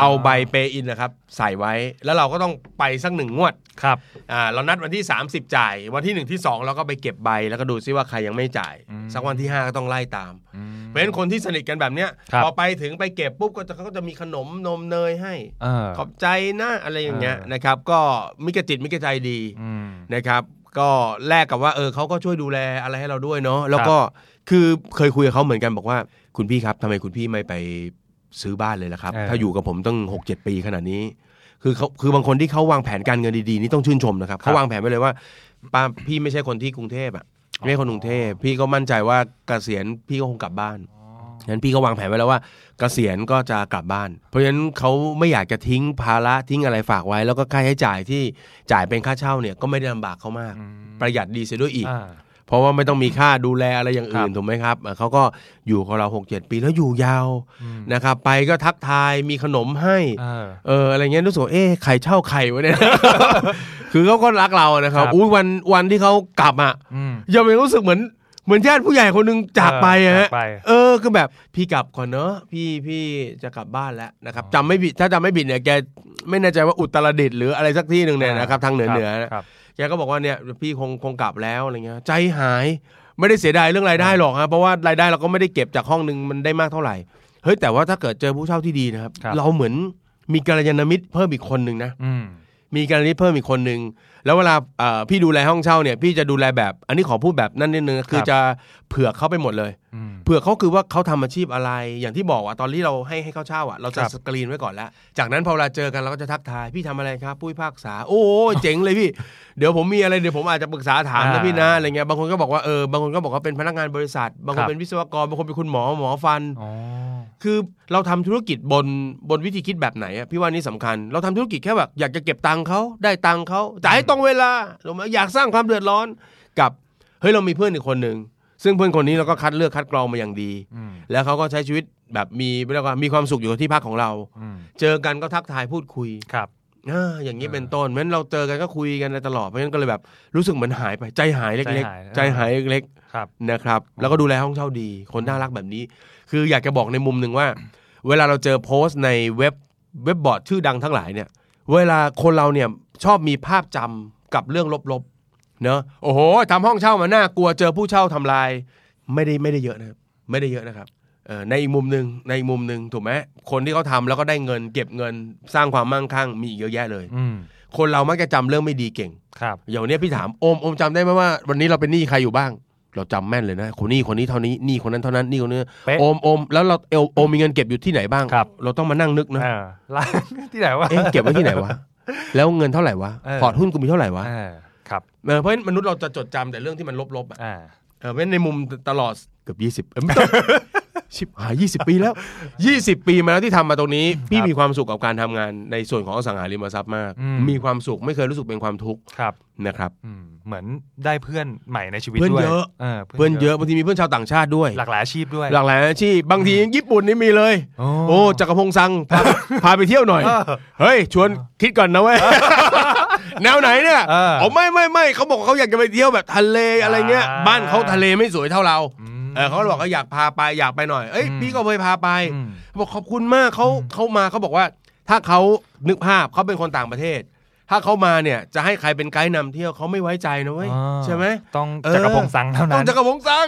Speaker 3: เอาใบเปอินนะครับ ใส่ไว้แล้วเราก็ต้องไปสักหนึ่งงวด
Speaker 2: ครับ
Speaker 3: อ่าเรานัดวันที่ 30 จ่าย วันที่หนึ่งที่สองเราก็ไปเก็บใบแล้วก็ดูซิว่าใครยังไม่จ่าย
Speaker 2: อืม
Speaker 3: สักวันที่ห้าก็ต้องไล่ตาม
Speaker 2: อืม
Speaker 3: เพราะฉะนั้นคนที่สนิทกันแบบเนี้ย
Speaker 2: ครับ
Speaker 3: พอไปถึงไปเก็บปุ๊บก็จะเขาก็จะมีขนมนมเนยให้
Speaker 2: เออ
Speaker 3: ขอบใจนะอะไรอย่างเงี้ย
Speaker 2: เออ
Speaker 3: นะครับ ก็มิกระจิตมิกระใจดี
Speaker 2: อืม
Speaker 3: นะครับ ก็แลกกับว่าเออเขาก็ช่วยดูแลอะไรให้เราด้วยเนาะแล้วก็คือเคยคุยกับเขาเหมือนกันบอกว่าคุณพี่ครับทำไมคุณพี่ไม่ไปซื้อบ้านเลยล่ะครับ
Speaker 2: เออ
Speaker 3: ถ้าอยู่กับผมตั้ง6 7 ปีขนาดนี้ คือเขาคือบางคนที่เขาวางแผนการเงินดีๆนี่ต้องชื่นชมนะครับเขาวางแผนไว้เลยว่าป้าพี่ไม่ใช่คนที่กรุงเทพอ่ะไม่ใช่คนกรุงเทพพี่ก็มั่นใจว่าเกษียณพี่ก็คงกลับบ้าน งั้นพี่ก็วางแผนไว้แล้วว่าเกษียณก็จะกลับบ้าน เพราะฉะนั้นเขาไม่อยากจะทิ้งภาระทิ้งอะไรฝากไว้ แล้วก็ค่าใช้จ่ายที่จ่ายเป็นค่าเช่าเนี่ยก็ไม่ได้ลำบากเขามาก ประหยัดดีเสียด้วยอีก
Speaker 2: อ่า
Speaker 3: เพราะว่าไม่ต้องมีค่าดูแลอะไรอย่าง
Speaker 2: ค
Speaker 3: อื่น
Speaker 2: รับ
Speaker 3: ถูกไหมครับเอ่อเขาก็อยู่กับเรา 6 7 ปีแล้วอยู่ยาว
Speaker 2: อืม
Speaker 3: นะครับ ไปก็ทักทายมีขนมให้
Speaker 2: เออ
Speaker 3: เอออะไรเงี้ยรู้สึกว่าเอ๊ะใครเช่าใคร วะเนี่ย คือเขาก็รักเรานะครับ
Speaker 2: ครับ
Speaker 3: อุ้ยวันวันที่เขากลับอ่ะ
Speaker 2: อืม
Speaker 3: ยังมีรู้สึกเหมือนเหมือนญาติผู้ใหญ่คนหนึงจากไปอะฮะ
Speaker 2: เออจากไป
Speaker 3: เออคือแบบพี่กลับก่อนเนอะพี่พี่จะกลับบ้านแล้วนะครับจำไม่ผิดถ้าจำไม่ผิดเนี่ยแกไม่แน่ใจว่าอุตรดิตถ์หรืออะไรสักที่หนึ่งเนี่ยนะครับทางเหนือเหนือ
Speaker 2: ครับ
Speaker 3: แกก็บอกว่าเนี่ยพี่คงคงกลับแล้วอะไรเงี้ยใจหายไม่ได้เสียดายเรื่องรายได้หรอกฮะเพราะว่ารายได้เราก็ไม่ได้เก็บจากห้องหนึ่งมันได้มากเท่าไหร่เฮ้ยแต่ว่าถ้าเกิดเจอผู้เช่าที่ดีนะครับ
Speaker 2: ครับ
Speaker 3: เราเหมือนมีกัลยาณมิตรเพิ่มอีกคนหนึ่งนะ
Speaker 2: อืม
Speaker 3: มีการนี้เพิ่มอีกคนนึง แล้วเวลาเอ่อพี่ดูแลห้องเช่าเนี่ย พี่จะดูแลแบบ อันนี้ขอพูดแบบนั่นนิดนึงคือ
Speaker 2: ครับ
Speaker 3: จะเผื่อเขาไปหมดเลย
Speaker 2: อืม
Speaker 3: เผื่อเขาคือว่าเขาทำอาชีพอะไร อย่างที่บอกว่าตอนที่เราให้ให้เขาเช่าอ่ะเราจะ
Speaker 2: ครับ
Speaker 3: สกรีนไว้ก่อนแล้ว จากนั้นพอเวลาเจอกันเราก็จะทักทาย พี่ทำอะไรครับผู้พิพากษา โอ้โห เจ๋งเลยพี่ เดี๋ยวผมมีอะไรเดี๋ยวผมอาจจะปรึกษาถามนะ
Speaker 2: อ่า
Speaker 3: พี่นะอะไรเงี้ยบางคนก็บอกว่าเออบางคนก็บอกว่าเป็นพนักงานบริษัท บาง
Speaker 2: ค
Speaker 3: ค
Speaker 2: น รับ
Speaker 3: เป็นวิศวกรบางคนเป็นคุณหมอหมอฟัน
Speaker 2: อ๋อ
Speaker 3: คือเราทำธุรกิจบนบนวิธีคิดแบบไหนอะพี่ว่านี่สำคัญ เราทำธุรกิจแค่แบบอยากจะเก็บตังค์เขาได้ตังค์เขาจ่ายให้ตรงเวลาหรืออยากสร้างความเดือดร้อนกับเฮ้ยเรามีเพื่อนอีกคนหนึ่งซึ่งเพื่อนคนนี้เราก็คัดเลือกคัดกรองมาอย่างดี
Speaker 2: อืม
Speaker 3: แล้วเขาก็ใช้ชีวิตแบบมีเรียกว่ามีความสุขอยู่กับที่พักของเรา
Speaker 2: อืม
Speaker 3: เจอกันก็ทักทายพูดคุย
Speaker 2: ครับ
Speaker 3: อ่าอย่างนี้เป็นต้นเพราะฉะนั้นเราเจอกันก็คุยกันอะไรตลอดเพราะฉะนั้นก็เลยแบบรู้สึกเหมือนหายไปใจหายเล็ก ๆ
Speaker 2: ใจ
Speaker 3: ใจ
Speaker 2: หา
Speaker 3: หาย ยเล็กๆ
Speaker 2: ครับ
Speaker 3: นะครับแล้วก็ดูแลห้องเช่าดี คนน่ารักแบบนี้ คืออยากจะบอกในมุมหนึ่งว่า เวลาเราเจอโพสต์ในเว็บเว็บบอร์ดชื่อดังทั้งหลายเนี่ย เวลาคนเราเนี่ยชอบมีภาพจำกับเรื่องลบ เนอะโอ้โหทำห้องเช่ามาน่ากลัวเจอผู้เช่าทำลาย ไม่ได้ไม่ได้เยอะนะครับ ไม่ได้เยอะนะครับเออในอีกมุมหนึ่งในอีกมุมหนึ่งถูกไหมคนที่เขาทำแล้วก็ได้เงิน เก็บเงินสร้างความมั่งคั่งมีอีกเยอะแยะเลย
Speaker 2: อืม
Speaker 3: คนเรามักจะจำเรื่องไม่ดีเก่ง
Speaker 2: ครับ
Speaker 3: อย่างวันเนี้ยพี่ถามโอมโอมจำได้ไหมว่าวันนี้เราเป็นหนี้ใครอยู่บ้าง เราจำแม่นเลยนะคนนี้คนนี้เท่านี้หนี้คนนั้นเท่านั้นหนี้คนนี้
Speaker 2: เป๊ะ
Speaker 3: โอมโอมแล้วเราเออโอมมีเงินเก็บอยู่ที่ไหนบ้าง
Speaker 2: ครับ
Speaker 3: เราต้องมานั่งนึก นะ
Speaker 2: เออ ร้าน ที่ไหนวะ
Speaker 3: เอ๊ะเก็บไว้ที่ไหน วะแล้วเงินเท่าไหร่วะ
Speaker 2: เออ
Speaker 3: พอร์ตหุ้นกูมีเท่าไหร่วะ
Speaker 2: เออครับ
Speaker 3: เออเพราะฉะนั้นมนุษย์เราจะจดจำแต่เรื่องที่มันลบๆอะ
Speaker 2: อ่า
Speaker 3: เออเพราะฉะนั้นในมุมตลอดเกือบยี่สิบเออไม่ต้อง ชิบหายยี่สิบปีแล้วยี่สิบปีมาแล้วที่ทำมาตรงนี้พี่มีความสุขกับการทำงานในส่วนของอสังหาริมทรัพย์มาก มีความสุขไม่เคยรู้สึกเป็นความทุกข์
Speaker 2: ครับ
Speaker 3: นะครับ
Speaker 2: อืมเหมือนได้เพื่อนใหม่ในชีวิต
Speaker 3: เพื่อน
Speaker 2: ด้วย
Speaker 3: เยอะ
Speaker 2: พื่
Speaker 3: เพื่อนเยอะบางทีมีเพื่อนชาวต่างชาติด้วย
Speaker 2: หลากหลายอาชีพด้วย
Speaker 3: หลากหลายอาชีพบางทีญี่ปุ่นนี่มีเลย
Speaker 2: โอ้
Speaker 3: โอ้จักรพงษ์สังพา พาไปเที่ยวหน่อย
Speaker 2: เออ
Speaker 3: เฮ้ย ชวนคิดก่อนนะเว้ ย แนวไหนเนี่ย
Speaker 2: เออ
Speaker 3: อไม่ไม่ไม่เขาบอกเขาอยากจะไปเที่ยวแบบทะเลอะไรเงี้ย
Speaker 2: อ่า
Speaker 3: บ้านเขาทะเลไม่สวยเท่าเรา
Speaker 2: อืม
Speaker 3: เออเขาบอกเขาอยากพาไปอยากไปหน่อยเอ้ย
Speaker 2: อืม
Speaker 3: พี่ก็เคยพาไป
Speaker 2: ม
Speaker 3: บอกขอบคุณมากเขาเขามาเขาบอกว่า ถ้าเขานึกภาพเขาเป็นคนต่างประเทศ ถ้าเขามาเนี่ยจะให้ใครเป็นไกด์นำเที่ยวเขาไม่ไว้ใจนะเว้ย
Speaker 2: อ่า
Speaker 3: ใช่ไหม
Speaker 2: ต้อง
Speaker 3: เออ
Speaker 2: จักรพงษ์สังเท่า
Speaker 3: ต้อ
Speaker 2: นั้
Speaker 3: ง
Speaker 2: น
Speaker 3: จักรวงศ์ สัง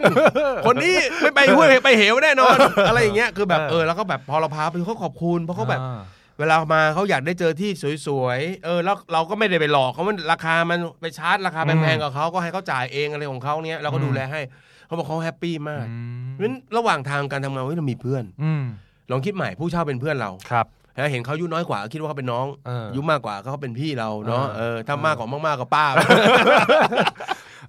Speaker 3: คนนี้ไม่ไปห้วยไปเหวแน่นอน อะไรอย่างเงี้ยคือแบบ
Speaker 2: เออ
Speaker 3: เออแล้วก็แบบพอเราพาไปเขาขอบคุณเพราะเขาแบบ
Speaker 2: อ่
Speaker 3: เวลามาเขาอยากได้เจอที่สวยๆเออแล้วเราก็ไม่ได้ไปหลอกเขามันราคามันไปชาร์จราคาแพงๆกับเขาก็ให้เขาจ่ายเองอะไรของเขาเนี้ยเราก็ดูแลให้เขาบอกเขาแฮปปี้มาก
Speaker 2: อืม
Speaker 3: เพราะฉะนั้นระหว่างทางการทำงานเฮ้ยเรามีเพื่อน
Speaker 2: อืม
Speaker 3: ลองคิดใหม่ผู้เช่าเป็นเพื่อนเรา
Speaker 2: ครับ
Speaker 3: แล้วเห็นเขาอายุน้อยกว่าก็คิดว่าเขาเป็นน้อง
Speaker 2: เอออ
Speaker 3: ยุมากกว่าก็เขาเป็นพี่เราเนาะเออถ้ามากกว่ามากๆก็ ป้า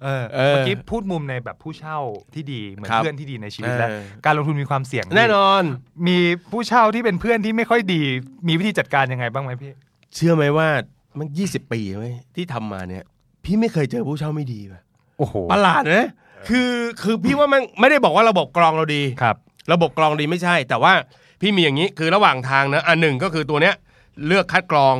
Speaker 2: เออ
Speaker 3: เออ
Speaker 2: เมื่อกี้พูดมุมในแบบผู้เช่าที่ดีเหมือน
Speaker 3: ครับ
Speaker 2: เพื่อนที่ดีในชีวิตแล้ว
Speaker 3: เออ
Speaker 2: การลงทุนมีความเสี่ยง
Speaker 3: แน่นอน
Speaker 2: มีผู้เช่าที่เป็นเพื่อนที่ไม่ค่อยดี มีวิธีจัดการยังไงบ้างไหมพี่
Speaker 3: เชื่อไหมว่ามันยี่สิบปีไหมที่ทำมาเนี่ย พี่ไม่เคยเจอผู้เช่าไม่ดีป่ะ
Speaker 2: โอ้โห
Speaker 3: ประหลาดนะคือคือพี่ว่ามันไม่ได้บอกว่าระบบกรองเราดี
Speaker 2: ครับ
Speaker 3: ระบบกรองดีไม่ใช่ แต่ว่าพี่มีอย่างนี้คือระหว่างทางนะอันหนึ่งก็คือตัวเนี้ยเลือกคัดกรอง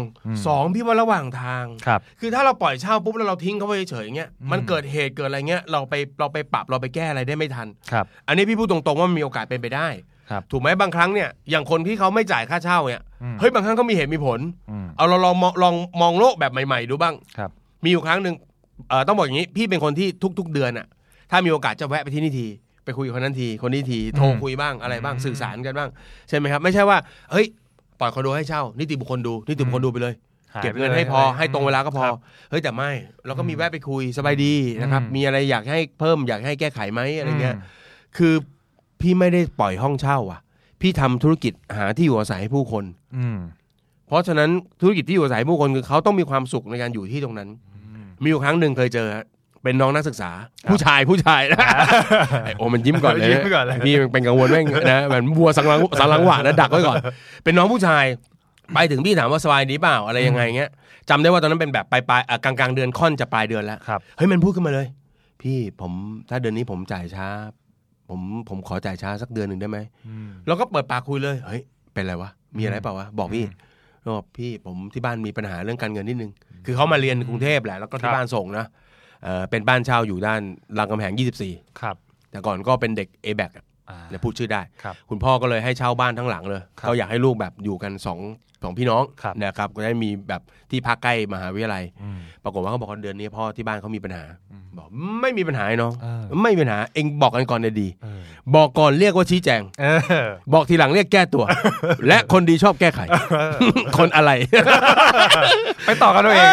Speaker 3: สองพี่ว่าระหว่างทาง
Speaker 2: ครับ
Speaker 3: คือถ้าเราปล่อยเช่าปุ๊บแล้วเราทิ้งเขาไปเฉยๆอย่างเงี้ยมันเกิดเหตุเกิดอะไรเงี้ยเราไปเราไปปรับเราไปแก้อะไรได้ไม่ทัน
Speaker 2: ครับ
Speaker 3: อันนี้พี่พูดตรงๆว่ามันมีโอกาสเป็นไปได้
Speaker 2: ครับ
Speaker 3: ถูกไหมบางครั้งเนี่ยอย่างคนที่เขาไม่จ่ายค่าเช่าเนี่ย
Speaker 2: อืม
Speaker 3: เฮ้ยบางครั้งก็มีเหตุมีผล
Speaker 2: อืม
Speaker 3: เอาเราลองมองลองมองโลกแบบใหม่ๆดูบ้าง
Speaker 2: ครับ
Speaker 3: มีอยู่ครั้งหนึ่งเอ่อต้องบอกอย่างนี้ พี่เป็นคนที่ทุก ๆ เดือนอะถ้ามีโอกาสจะแวะไปที่นี่ที ไปคุยกับคนนั้นที คนนี้ทีโทรคุยบ้างอะไรบ้างสื่อสารกันบ้าง ใช่ไหมครับ ไม่ใช่ว่าเฮ้ยปล่อยคอนโดให้เช่านิติบุคคลดูนิติบุคคลดูไปเลย
Speaker 2: าย
Speaker 3: เก็บ
Speaker 2: ไป
Speaker 3: เงิน
Speaker 2: ลย
Speaker 3: ให้พอให้ตรงเวลาก็พอ
Speaker 2: ครับ
Speaker 3: เฮ้ยแต่ไม่เราก็มีแวะไปคุยสบายดีนะครับ
Speaker 2: อืม
Speaker 3: มีอะไรอยากให้เพิ่มอยากให้แก้ไขไหมอะไรเงี้ย คือพี่ไม่ได้ปล่อยห้องเช่าอะพี่ทำธุรกิจหาที่อยู่อาศัยให้ผู้คน
Speaker 2: อืม
Speaker 3: เพราะฉะนั้นธุรกิจที่อยู่อาศัยผู้คนคือเขาต้องมีความสุขในการอยู่ที่ตรงนั้น มีอยู่ครั้งหนึ่งเคยเจอฮะเป็นน้องนักศึกษา ผู้ชายผู้ชายนะไอ้โอ้มันยิ้มก่อนเลย
Speaker 2: ยิ้
Speaker 3: นะ
Speaker 2: มก่อนเลย
Speaker 3: พี่มันเป็นกังวลแม่งนะเหมือนวัวสังลังสังลังหวะนะดักไว้ก่อน เป็นน้องผู้ชาย ไปถึงพี่ถามว่าสบายดีเปล่าอะไรยังไงเงี้ยจำได้ว่าตอนนั้นเป็นแบบปลายปลายๆอ่ะกลางกลางๆเดือนค่อนจะปลายเดือนแล้ว
Speaker 2: ครับ
Speaker 3: เฮ้ยมันพูดขึ้นมาเลย พี่ผมถ้าเดือนนี้ผมจ่ายช้า ผมผมขอจ่ายช้าสักเดือนหนึ่งได้ไหม
Speaker 2: อืม
Speaker 3: แล้วก็เปิดปากคุยเลย เฮ้ย เป็นไรวะ มีอะไรเปล่าวะ บอกพี่
Speaker 2: อืม
Speaker 3: แล้วบอกพี่ผมที่บ้านมีปัญหาเรื่องการเงินนิดนึง คือเขามาเรียนกรุงเทพแหละ แล้วก็
Speaker 2: ครั
Speaker 3: ที่
Speaker 2: บ
Speaker 3: บ้านส่งนะเอ่อเป็นบ้านเช่าอยู่ด้านรามคำแหง 24
Speaker 2: ครับ
Speaker 3: แต่ก่อนก็เป็นเด็ก a b a c
Speaker 2: อ่า
Speaker 3: เดี๋ยวพูดชื่อได้
Speaker 2: ครับ
Speaker 3: คุณพ่อก็เลยให้เช่าบ้านทั้งหลังเลย
Speaker 2: ครับ
Speaker 3: เขาอยากให้ลูกแบบอยู่กันสองสองพี่น้อง
Speaker 2: ครับ
Speaker 3: นะครับ ก็ได้มีแบบที่พักใกล้มหาวิทยาลัย
Speaker 2: อืม
Speaker 3: ปรากฏว่าเขาบอกว่าเดือนนี้พ่อที่บ้านเขามีปัญหา
Speaker 2: อืม
Speaker 3: บอกไม่มีปัญหาไอ้น้อง
Speaker 2: เออ
Speaker 3: ไม่มีปัญหา เองบอกกันก่อนเนี่ยดี
Speaker 2: เออ
Speaker 3: บอกก่อนเรียกว่าชี้แจง
Speaker 2: เออ
Speaker 3: บอกทีหลังเรียกแก้ ตัว และคนดีชอบแก้ไข คนอะไร
Speaker 2: ไปต่อกันเอาเอง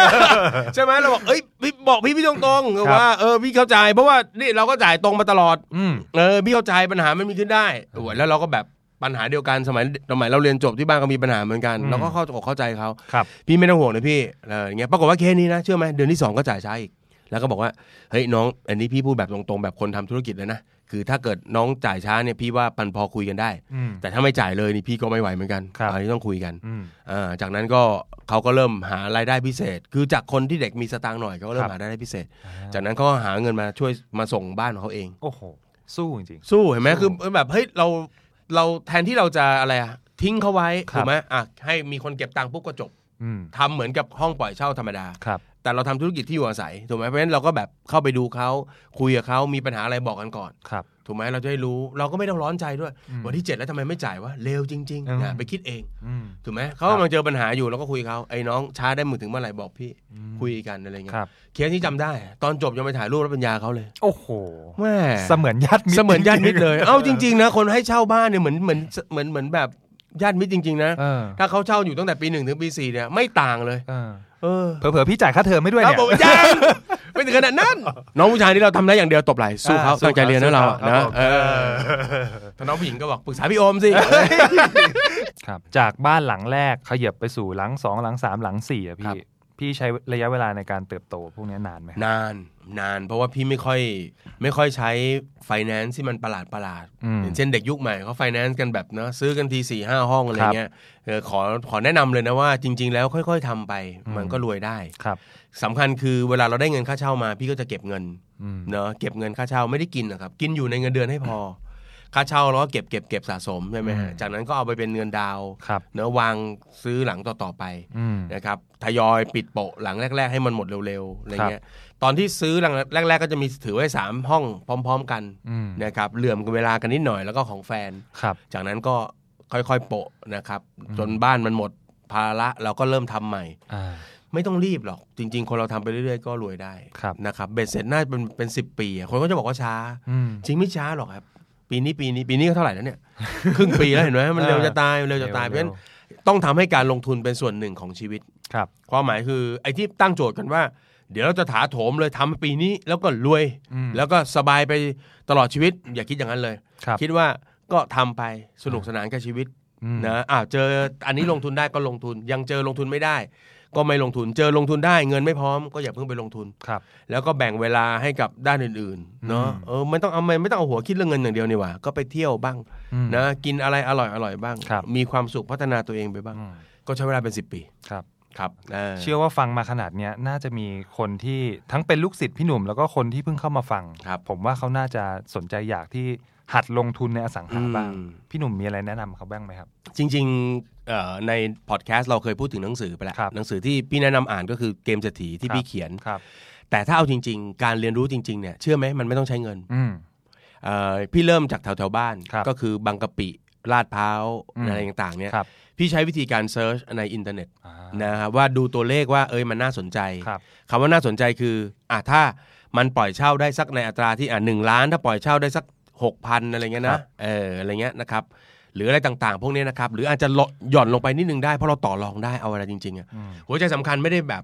Speaker 3: ใช่ไหมเราบอกเอ้ยพี่บอกพี่พี่ตรง
Speaker 2: ครั
Speaker 3: ๆ
Speaker 2: บ
Speaker 3: ว่าเออพี่เข้าใจเพราะว่านี่เราก็จ่ายตรงมาตลอด
Speaker 2: อืม
Speaker 3: เออพี่เข้าใจปัญหามันมีขึ้นได้โอ้ยแล้วเราก็แบบปัญหาเดียวกันสมัยสมัยเราเรียนจบที่บ้านก็มีปัญหาเหมือนกัน
Speaker 2: อืม
Speaker 3: เราก็เข้าอกเข้าใจเขา
Speaker 2: ครับ
Speaker 3: พี่ไม่ต้องห่วงนะพี่เอออย่างเงี้ยปรากฏว่าเคสนี้นะเชื่อไหมเดือนที่สองก็จ่ายช้าอีกแล้วก็บอกว่าเฮ้ยน้อง อันนี้พี่พูดแบบตรงๆแบบคนทำธุรกิจเลยนะคือถ้าเกิดน้องจ่ายช้าเนี่ยพี่ว่าปันพอคุยกันได้
Speaker 2: อืม
Speaker 3: แต่ถ้าไม่จ่ายเลยนี่พี่ก็ไม่ไหวเหมือนกัน
Speaker 2: ครับ
Speaker 3: อันนี้ต้องคุยกัน
Speaker 2: อืม
Speaker 3: อ่าจากนั้นก็เขาก็เริ่มหารายได้พิเศษ คือจากคนที่เด็กมีสตางค์หน่อยเขาก็เริ่
Speaker 2: ครั
Speaker 3: ม
Speaker 2: บ
Speaker 3: หารายได้พิเศษ จากนั้นเขาก็หาเงินมาช่วยมาส่งบ้านของเขาเอง
Speaker 2: โอ้โห สู้จริง
Speaker 3: สู้เห็นไหม
Speaker 2: สู้
Speaker 3: คือแบบเฮ้ยเราเราแทนที่เราจะอะไรอะทิ้งเขาไว้
Speaker 2: ครับ
Speaker 3: ถูกไหมอ่ะให้มีคนเก็บตังค์ปุ๊บก็จบ
Speaker 2: ๆอืม
Speaker 3: ทำเหมือนกับห้องปล่อยเช่าธรรมดา
Speaker 2: ครับ
Speaker 3: แต่เราทำธุรกิจที่อยู่อาศัยถูกไหมเพราะฉะนั้นเราก็แบบเข้าไปดูเขาคุยกับเขามีปัญหาอะไรบอกกันก่อน
Speaker 2: ครับ
Speaker 3: ถูกไหมเราจะได้รู้เราก็ไม่ต้องร้อนใจด้วย
Speaker 2: อืม
Speaker 3: วันที่ 7 แล้วทำไมไม่จ่ายวะเร็วจริง
Speaker 2: อืม
Speaker 3: ๆนะไปคิดเอง
Speaker 2: อืม
Speaker 3: ถูกไหมเขากำลังเจอปัญหาอยู่เราก็คุยเขาไอ้น้องช้าได้มือถึงเมื่อไหร่บอกพี่
Speaker 2: อืม
Speaker 3: คุยกันอะไรเงี้
Speaker 2: ค
Speaker 3: ย
Speaker 2: รับ
Speaker 3: เคสนี้จำได้ ตอนจบยังไปถ่ายรูปรับปริญญาเขาเลย
Speaker 2: โอ้โห
Speaker 3: แม่
Speaker 2: เสมือนญาติตร
Speaker 3: เสมือนญาติมิตรเลย
Speaker 2: จงๆ
Speaker 3: เอ้าจริงๆนะคนให้เช่าบ้านเนี่ยเหมือนเหมือนเหมือนเหมือนแบบญาติมิตรจริง ๆ นะ
Speaker 2: เออ
Speaker 3: ถ้าเขาเช่าอยู่ตั้งแต่ปีหนึ่งถึงปีสี่เนี่ยไม่ต่างเลย
Speaker 2: เออ
Speaker 3: เออ
Speaker 2: เผลอๆพี่จ่ายค่าเทอมไม่ด้วย
Speaker 3: ครับ
Speaker 2: เนี่ย
Speaker 3: ผมอาจารย์ไม่ถึงขนาดนั้น น้องผู้ชายนี่เราทำได้อย่างเดียวตบไหลสู้เขา
Speaker 2: อ่าสู้
Speaker 3: ตั้งใจเรียนนะ
Speaker 2: เขา
Speaker 3: เราอะ
Speaker 2: ครับ
Speaker 3: นะ
Speaker 2: ผม
Speaker 3: เออถ้าน้องผู้หญิงก็บอกปรึกษาพี่โอมสิ
Speaker 2: ครับ จากบ้านหลังแรกขยับไปสู่หลังสองหลังสามหลังสี่อะ
Speaker 3: ครั
Speaker 2: พี่
Speaker 3: บ
Speaker 2: พี่ใช้ระยะเวลาในการเติบโตพวกเนี้ยนานไหม
Speaker 3: นานนานเพราะว่าพี่ไม่ค่อยไม่ค่อยใช้ไฟแนนซ์ที่มันประหลาดประหลาด
Speaker 2: อืม
Speaker 3: อย่างเช่นเด็กยุคใหม่เขาไฟแนนซ์กันแบบเนาะซื้อกันทีสี่ห้าห้องอะไร
Speaker 2: ครับ
Speaker 3: เงี้ยเออขอขอแนะนำเลยนะว่าจริง ๆ แล้วค่อย ๆทำไป
Speaker 2: อืม
Speaker 3: มันก็รวยได้
Speaker 2: ครับ
Speaker 3: สำคัญคือเวลาเราได้เงินค่าเช่ามา พี่ก็จะเก็บเงิน
Speaker 2: อืม
Speaker 3: เนาะเก็บเงินค่าเช่าไม่ได้กินนะครับกินอยู่ในเงินเดือนให้พอ ค่าเช่าเราก็เก็บเก็บเก็บสะสมใช่ไหมฮะ
Speaker 2: อืม
Speaker 3: จากนั้นก็เอาไปเป็นเงินดาวน์
Speaker 2: ครับ
Speaker 3: เนาะวางซื้อหลังต่อๆไป
Speaker 2: อืม
Speaker 3: นะครับทยอยปิดโปะหลังแรก ๆ ให้มันหมดเร็วๆอะไรเงี้ยตอนที่ซื้อหลังแรก ๆ ก็จะมีถือไว้สามห้องพร้อม ๆ กัน
Speaker 2: อืม
Speaker 3: นะครับเหลื่อมเวลากันนิดหน่อยแล้วก็ของแฟน
Speaker 2: ครับ
Speaker 3: จากนั้นก็ค่อยๆโปะนะครับ จนบ้านมันหมดภาระเราก็เริ่มทำใหม่
Speaker 2: อ่า
Speaker 3: ไม่ต้องรีบหรอก จริง ๆ คนเราทำไปเรื่อยๆ ก็รวยได้
Speaker 2: ครับ
Speaker 3: นะครับเบ็ดเสร็จน่าจะเป็นเป็นสิปีอะคนก็จะบอกว่าช้า
Speaker 2: อืม
Speaker 3: จริงไม่ช้าหรอกครับ ปีนี้ปีนี้ปีนี้ก็เท่าไหร่แล้วเนี่ย ครึ่งปีแล้วเห็นไหมมันเร็วจะตายมันเร็วจะตายเพราะฉะนั้นต้องทำให้การลงทุนเป็นส่วนหนึ่งของชีวิต
Speaker 2: ครับ
Speaker 3: ความหมายคือไอ้ที่ตั้งโจทย์กันว่า เดี๋ยวเราจะถาโถมเลยทำปีนี้แล้วก็รวย
Speaker 2: อืม
Speaker 3: แล้วก็สบายไปตลอดชีวิต อย่าคิดอย่างนั้นเลย
Speaker 2: ครับ
Speaker 3: คิดว่าก็ทำไปสนุกสนานกับชีวิต
Speaker 2: อืม
Speaker 3: นะอ้าวเจออันนี้ลงทุนได้ก็ลงทุน ยังเจอลงทุนไม่ได้ ก็ไม่ลงทุน เจอลงทุนได้เงินไม่พร้อมก็อย่าเพิ่งไปลงทุน
Speaker 2: ครับ
Speaker 3: แล้วก็แบ่งเวลาให้กับด้านอื่นๆเนาะ
Speaker 2: อืม
Speaker 3: เออไม่ต้องเอาไม่ไม่ต้องเอาหัวคิดเรื่องเงินอย่างเดียวนี่หว่าก็ไปเที่ยวบ้าง
Speaker 2: อืม
Speaker 3: นะกินอะไรอร่อยอร่อยๆบ้าง
Speaker 2: ครับ
Speaker 3: มีความสุขพัฒนาตัวเองไปบ้าง
Speaker 2: อืม
Speaker 3: ก็ใช้เวลาเป็นสิบปี
Speaker 2: ครับ
Speaker 3: ครับเ
Speaker 2: เชื่อว่าฟังมาขนาดเนี้ยน่าจะมีคนที่ทั้งเป็นลูกศิษย์พี่หนุ่มแล้วก็คนที่เพิ่งเข้ามาฟัง
Speaker 3: ครับ
Speaker 2: ผมว่าเขาน่าจะสนใจอยากที่หัดลงทุนในอสังหาบ้าง
Speaker 3: อืม
Speaker 2: พี่หนุ่มมีอะไรแนะนำเขาบ้างไหมครับ
Speaker 3: จริงๆเอ่อในพอดแคสต์เราเคยพูดถึงหนังสือไปแล้ว
Speaker 2: ครับ
Speaker 3: หนังสือที่พี่แนะนำอ่านก็คือเกมเศรษฐีที่
Speaker 2: ครับ
Speaker 3: พี่เขียน
Speaker 2: ครับ
Speaker 3: แต่ถ้าเอาจริง ๆ การเรียนรู้จริงๆเนี่ยเชื่อไหมมันไม่ต้องใช้เงิน
Speaker 2: อืม
Speaker 3: เอ่อพี่เริ่มจากแถวๆบ้าน
Speaker 2: ครับ
Speaker 3: ก็คือบางกะปิลาดพร้าว
Speaker 2: อืม
Speaker 3: อะไรต่างๆเนี่ย
Speaker 2: ครับ
Speaker 3: พี่ใช้วิธีการเซิร์ชในอินเทอร์เน็ต
Speaker 2: อ่า
Speaker 3: นะครับว่าดูตัวเลขว่าเอ้ยมันน่าสนใจ
Speaker 2: ครับ
Speaker 3: คำว่าน่าสนใจคืออ่ะถ้ามันปล่อยเช่าได้สักในอัตราที่อ่ะหนึ่งล้าน ถ้าปล่อยเช่าได้สักหกพันอะไรเงี้ยนะเอออะไรเงี้ยนะครับหรืออะไรต่างๆ พวกเนี้ยนะครับหรืออาจจะลดหย่อนลงไปนิดนึงได้เพราะเราต่อรองได้เอาอะไรจริงๆอะ
Speaker 2: อืม
Speaker 3: หัวใจสำคัญไม่ได้แบบ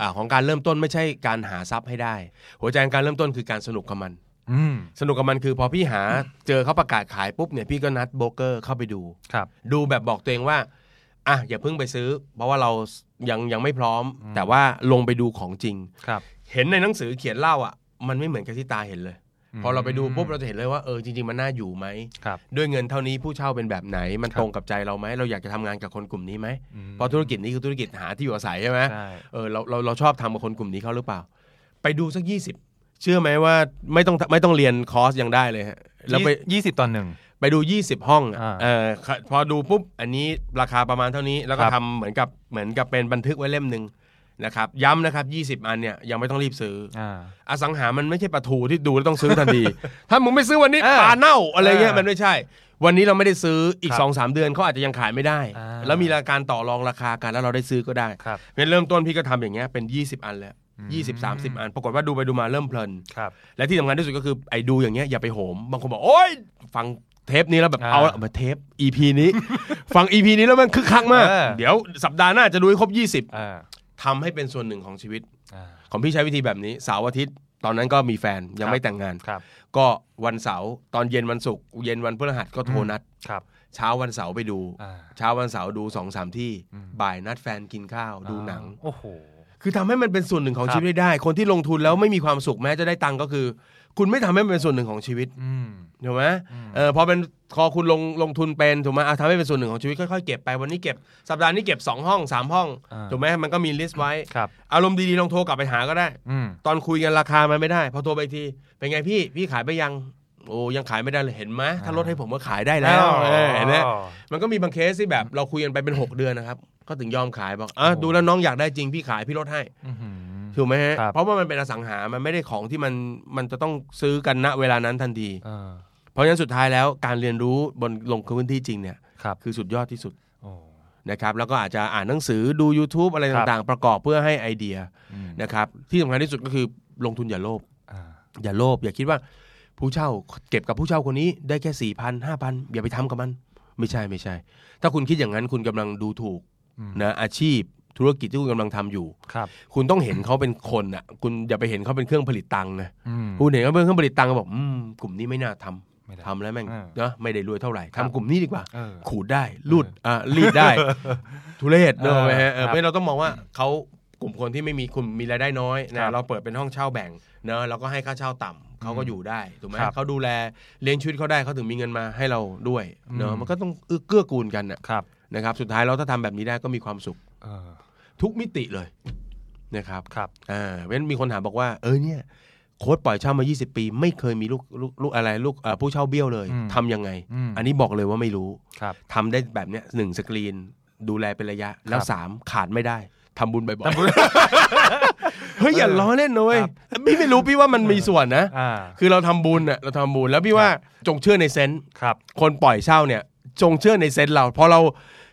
Speaker 3: อาของการเริ่มต้นไม่ใช่การหาทรัพย์ให้ได้ หัวใจของการเริ่มต้นคือการสนุกกับมัน
Speaker 2: อืม
Speaker 3: สนุกกับมันคือพอพี่หาเจอเขาประกาศขายปุ๊บเนี่ยพี่ก็นัดโบรกเกอร์เข้าไปดู
Speaker 2: ครับ
Speaker 3: ดูแบบบอกตัวเองว่าอ่ะอย่าเพิ่งไปซื้อ เพราะว่าเรายังยังไม่พร้อม
Speaker 2: อืม
Speaker 3: แต่ว่าลงไปดูของจริง
Speaker 2: ครับ
Speaker 3: เห็นในหนังสือเขียนเล่าอ่ะมันไม่เหมือนกับที่ตาเห็นเลย พอเราไปดูปุ๊บเราจะเห็นเลยว่าเออจริง ๆ มันน่าอยู่ไหม
Speaker 2: ครับ
Speaker 3: ด้วยเงินเท่านี้ผู้เช่าเป็นแบบไหน มัน
Speaker 2: ครับ
Speaker 3: ตรงกับใจเราไหมเราอยากจะทำงานกับคนกลุ่มนี้ไหม
Speaker 2: ม
Speaker 3: เพราะธุรกิจนี้คือธุรกิจหาที่อยู่อาศัยใช่ไหม
Speaker 2: ใช่
Speaker 3: เออเราเราเราชอบทำกับคนกลุ่มนี้เขาหรือเปล่า ไปดูสักยี่สิบเชื่อไหมว่าไม่ต้องไม่ต้องเรียนคอร์สยังได้เลยฮะแล้วไป
Speaker 2: ยี่สิบตอนหนึ่ง
Speaker 3: ไปดู 20 ห้องอะ
Speaker 2: อ่า
Speaker 3: เออพอดูปุ๊บอันนี้ราคาประมาณเท่านี้แล้วก็
Speaker 2: ครับ
Speaker 3: ทำเหมือนกับเหมือนกับเป็นบันทึกไว้เล่มหนึ่งนะครับย้ำนะครับ 20 อันเนี่ยยังไม่ต้องรีบซื้อ
Speaker 2: อ่า
Speaker 3: อสังหามันไม่ใช่ปลาทูที่ดูแล้วต้องซื้อทันที ถ้ามึงไม่ซื้อวันนี้
Speaker 2: อ่า
Speaker 3: ปลาเน่าอะไรเงี้ย
Speaker 2: อ่ามั
Speaker 3: มันไม่ใช่ วันนี้เราไม่ได้ซื้ออีก
Speaker 2: ครับ
Speaker 3: สองสามเดือนเขาอาจจะยังขายไม่ได้
Speaker 2: อ่า
Speaker 3: แล้วมีราการต่อรองราคากันแล้วเราได้ซื้อก็ได้
Speaker 2: ครับ
Speaker 3: เพราะฉะนั้นเริ่มต้นพี่ก็ทำอย่างเงี้ยเป็น 20 อันแล้ว
Speaker 2: อื
Speaker 3: ยี่สิบสามสิบ
Speaker 2: ม
Speaker 3: อัน ปรากฏว่าดูไปดูมาเริ่มเพลิน
Speaker 2: ครับ
Speaker 3: และที่สำคัญที่สุดก็คือไอ้ดูอย่างเงี้ยอย่าไปโหม บางคนบอก โอ๊ย ฟังเทปนี้แล้วแบบ
Speaker 2: อ่า
Speaker 3: เอามาเทป EP นี้ ฟัง EP นี้แล้วมันคึกคักมาก
Speaker 2: เออ
Speaker 3: เดี๋ยวสัปดาห์หน้าจะดูให้ครบ
Speaker 2: อ่า
Speaker 3: 20ทำให้เป็นส่วนหนึ่งของชีวิต
Speaker 2: อ่า
Speaker 3: ของพี่ใช้วิธีแบบนี้เสาร์อาทิตย์ ตอนนั้นก็มีแฟนยั
Speaker 2: ค
Speaker 3: ง
Speaker 2: รับ
Speaker 3: ไม่แต่งงาน
Speaker 2: ครับ
Speaker 3: ก็วันเสาร์ตอนเย็นวันศุกร์เย็นวันพฤหัสก็โทรนัด
Speaker 2: ครับ
Speaker 3: เช้าวันเสาร์ไปดู
Speaker 2: อ่า
Speaker 3: เช้าวันเสาร์ดูสองสามที่
Speaker 2: อืม
Speaker 3: บ่ายนัดแฟนกินข้าวดูหนัง
Speaker 2: โอ้โห
Speaker 3: คือทำให้มันเป็นส่วนหนึ่งของ
Speaker 2: ครับ
Speaker 3: ชีวิตได้ คนที่ลงทุนแล้วไม่มีความสุขแม้จะได้ตังค์ก็คือ คุณไม่ทำให้มันเป็นส่วนหนึ่งของชีวิต
Speaker 2: อืม
Speaker 3: ถูกไหม
Speaker 2: อืม
Speaker 3: เออพอเป็นพอคุณลงลงทุนเป็นถูกไหมอ่ะทำให้เป็นส่วนหนึ่งของชีวิตค่อยๆเก็บไปวันนี้เก็บสัปดาห์นี้เก็บสองห้องสามห้อง
Speaker 2: อ่า
Speaker 3: ถูกไหมมันก็มีลิสต์ไว้
Speaker 2: ครับ
Speaker 3: อารมณ์ดีๆลองโทรกลับไปหาก็ได้
Speaker 2: อืม
Speaker 3: ตอนคุยกันราคามันไม่ได้ พอโทรไปอีกทีเป็นไงพี่พี่ขายไปยังโอ้ยังขายไม่ได้เลยเห็นไหมถ้าลดให้ผมก็ขายได้แล้วเออเห็นไหม มันก็มีบางเคสที่แบบเราคุยกันไปเป็น 6 เดือนนะครับ ก็ถึงยอมขายบอกอ่ะ
Speaker 2: โอ้โห
Speaker 3: ดูแล้วน้องอยากได้จริงพี่ขายพี่ลดให้
Speaker 2: อื้อหือ
Speaker 3: ถูกไหมฮะ
Speaker 2: ครับ
Speaker 3: เพราะว่ามันเป็นอสังหา มันไม่ได้ของที่มันมันจะต้องซื้อกันณเวลานั้นทันที
Speaker 2: อ่า
Speaker 3: เพราะฉะนั้นสุดท้ายแล้วการเรียนรู้บนลงพื้นที่จริงเนี่ย
Speaker 2: ครับ
Speaker 3: คือสุดยอดที่สุด
Speaker 2: โอ้
Speaker 3: นะครับแล้วก็อาจจะอ่านหนังสือดู YouTube อะไร
Speaker 2: ครับ
Speaker 3: ต่างๆ ประกอบเพื่อให้ไอเดีย
Speaker 2: อืม
Speaker 3: นะครับที่สำคัญที่สุดก็คือลงทุนอย่าโลภ
Speaker 2: อ่า
Speaker 3: อย่าโลภอย่าคิดว่าผู้เช่าเก็บกับผู้เช่าคนนี้ได้แค่สี่พันห้าพันอย่าไปทำกับมัน ไม่ใช่ไม่ใช่ ถ้าคุณคิดอย่างนั้นคุณกำลังดูถูก
Speaker 2: อืม
Speaker 3: นะอาชีพธุรกิจที่คุณกำลังทำอยู่
Speaker 2: ครับ
Speaker 3: คุณต้องเห็นเขาเป็นคนอ่ะคุณอย่าไปเห็นเขาเป็นเครื่องผลิตตังค์นะ
Speaker 2: อืม
Speaker 3: คุณเห็นเขาเป็นเครื่องผลิตตังค์ก็บอกอืมกลุ่มนี้ไม่น่าทำ
Speaker 2: ไม่ได้
Speaker 3: ทำแล้วแม่ง
Speaker 2: อ่า
Speaker 3: เนาะไม่ได้รวยเท่าไหร่
Speaker 2: ครับ
Speaker 3: ทำกลุ่มนี้ดีกว่า
Speaker 2: เออ
Speaker 3: ขูดได้รูดอ่ารีดได้ ทุเรศเนอะไหมฮะเอ
Speaker 2: ครั
Speaker 3: อ
Speaker 2: บ
Speaker 3: เพราะฉะนั้นเราต้องมองว่าเขากลุ่มคนที่ไม่มีกลุ่มมีรายได้น้อย
Speaker 2: ครั
Speaker 3: นะ
Speaker 2: บ
Speaker 3: เราเปิดเป็นห้องเช่าแบ่งเนอะเราก็ให้ค่าเช่าต่ำเขาก็อยู่ได้ถูกไหม
Speaker 2: ครับ
Speaker 3: เขาดูแลเลี้ยงชีวิตเขาได้เขาถึงมีเงินมาให้เราด้วยเน
Speaker 2: อื
Speaker 3: อะ
Speaker 2: ม
Speaker 3: มันก็ต้องเอื้อเกื้อกูลกันน่ะ
Speaker 2: ครับ
Speaker 3: นะครับสุดท้ายเราถ้าทำแบบนี้ได้ก็มีความสุข
Speaker 2: เออ
Speaker 3: ทุกมิติเลยนะครับ
Speaker 2: ครับ
Speaker 3: อ่าเพราะฉะนั้นมีคนถามบอกว่าเออเนี่ยโค้ดปล่อยเช่ามา 20 ปี ไม่เคยมีลูกลูกลูกอะไรลูกเอ่อผู้เช่าเบี้ยวเลย
Speaker 2: อืม
Speaker 3: ทำยังไง
Speaker 2: อืม
Speaker 3: อันนี้บอกเลยว่าไม่รู้
Speaker 2: ครับ
Speaker 3: ทำได้แบบเนี้ยหนึ่งสกรีน ดูแลเป็นระยะ แล้
Speaker 2: ค
Speaker 3: ว
Speaker 2: รับ
Speaker 3: สามขาดไม่ได้ทำบุญบ่อยๆ เฮ้ยอย่าล้อเล่นนะเว้ย
Speaker 2: ครับ
Speaker 3: พี่ไม่รู้พี่ว่ามันมีส่วนนะ
Speaker 2: อ่า
Speaker 3: คือเราทำบุญน่ะเราทำบุญแล้วพี่ว่าจงเชื่อในเซนส์
Speaker 2: ครับ
Speaker 3: คนปล่อยเช่าเนี่ยจงเชื่อในเซนส์เราพอเรา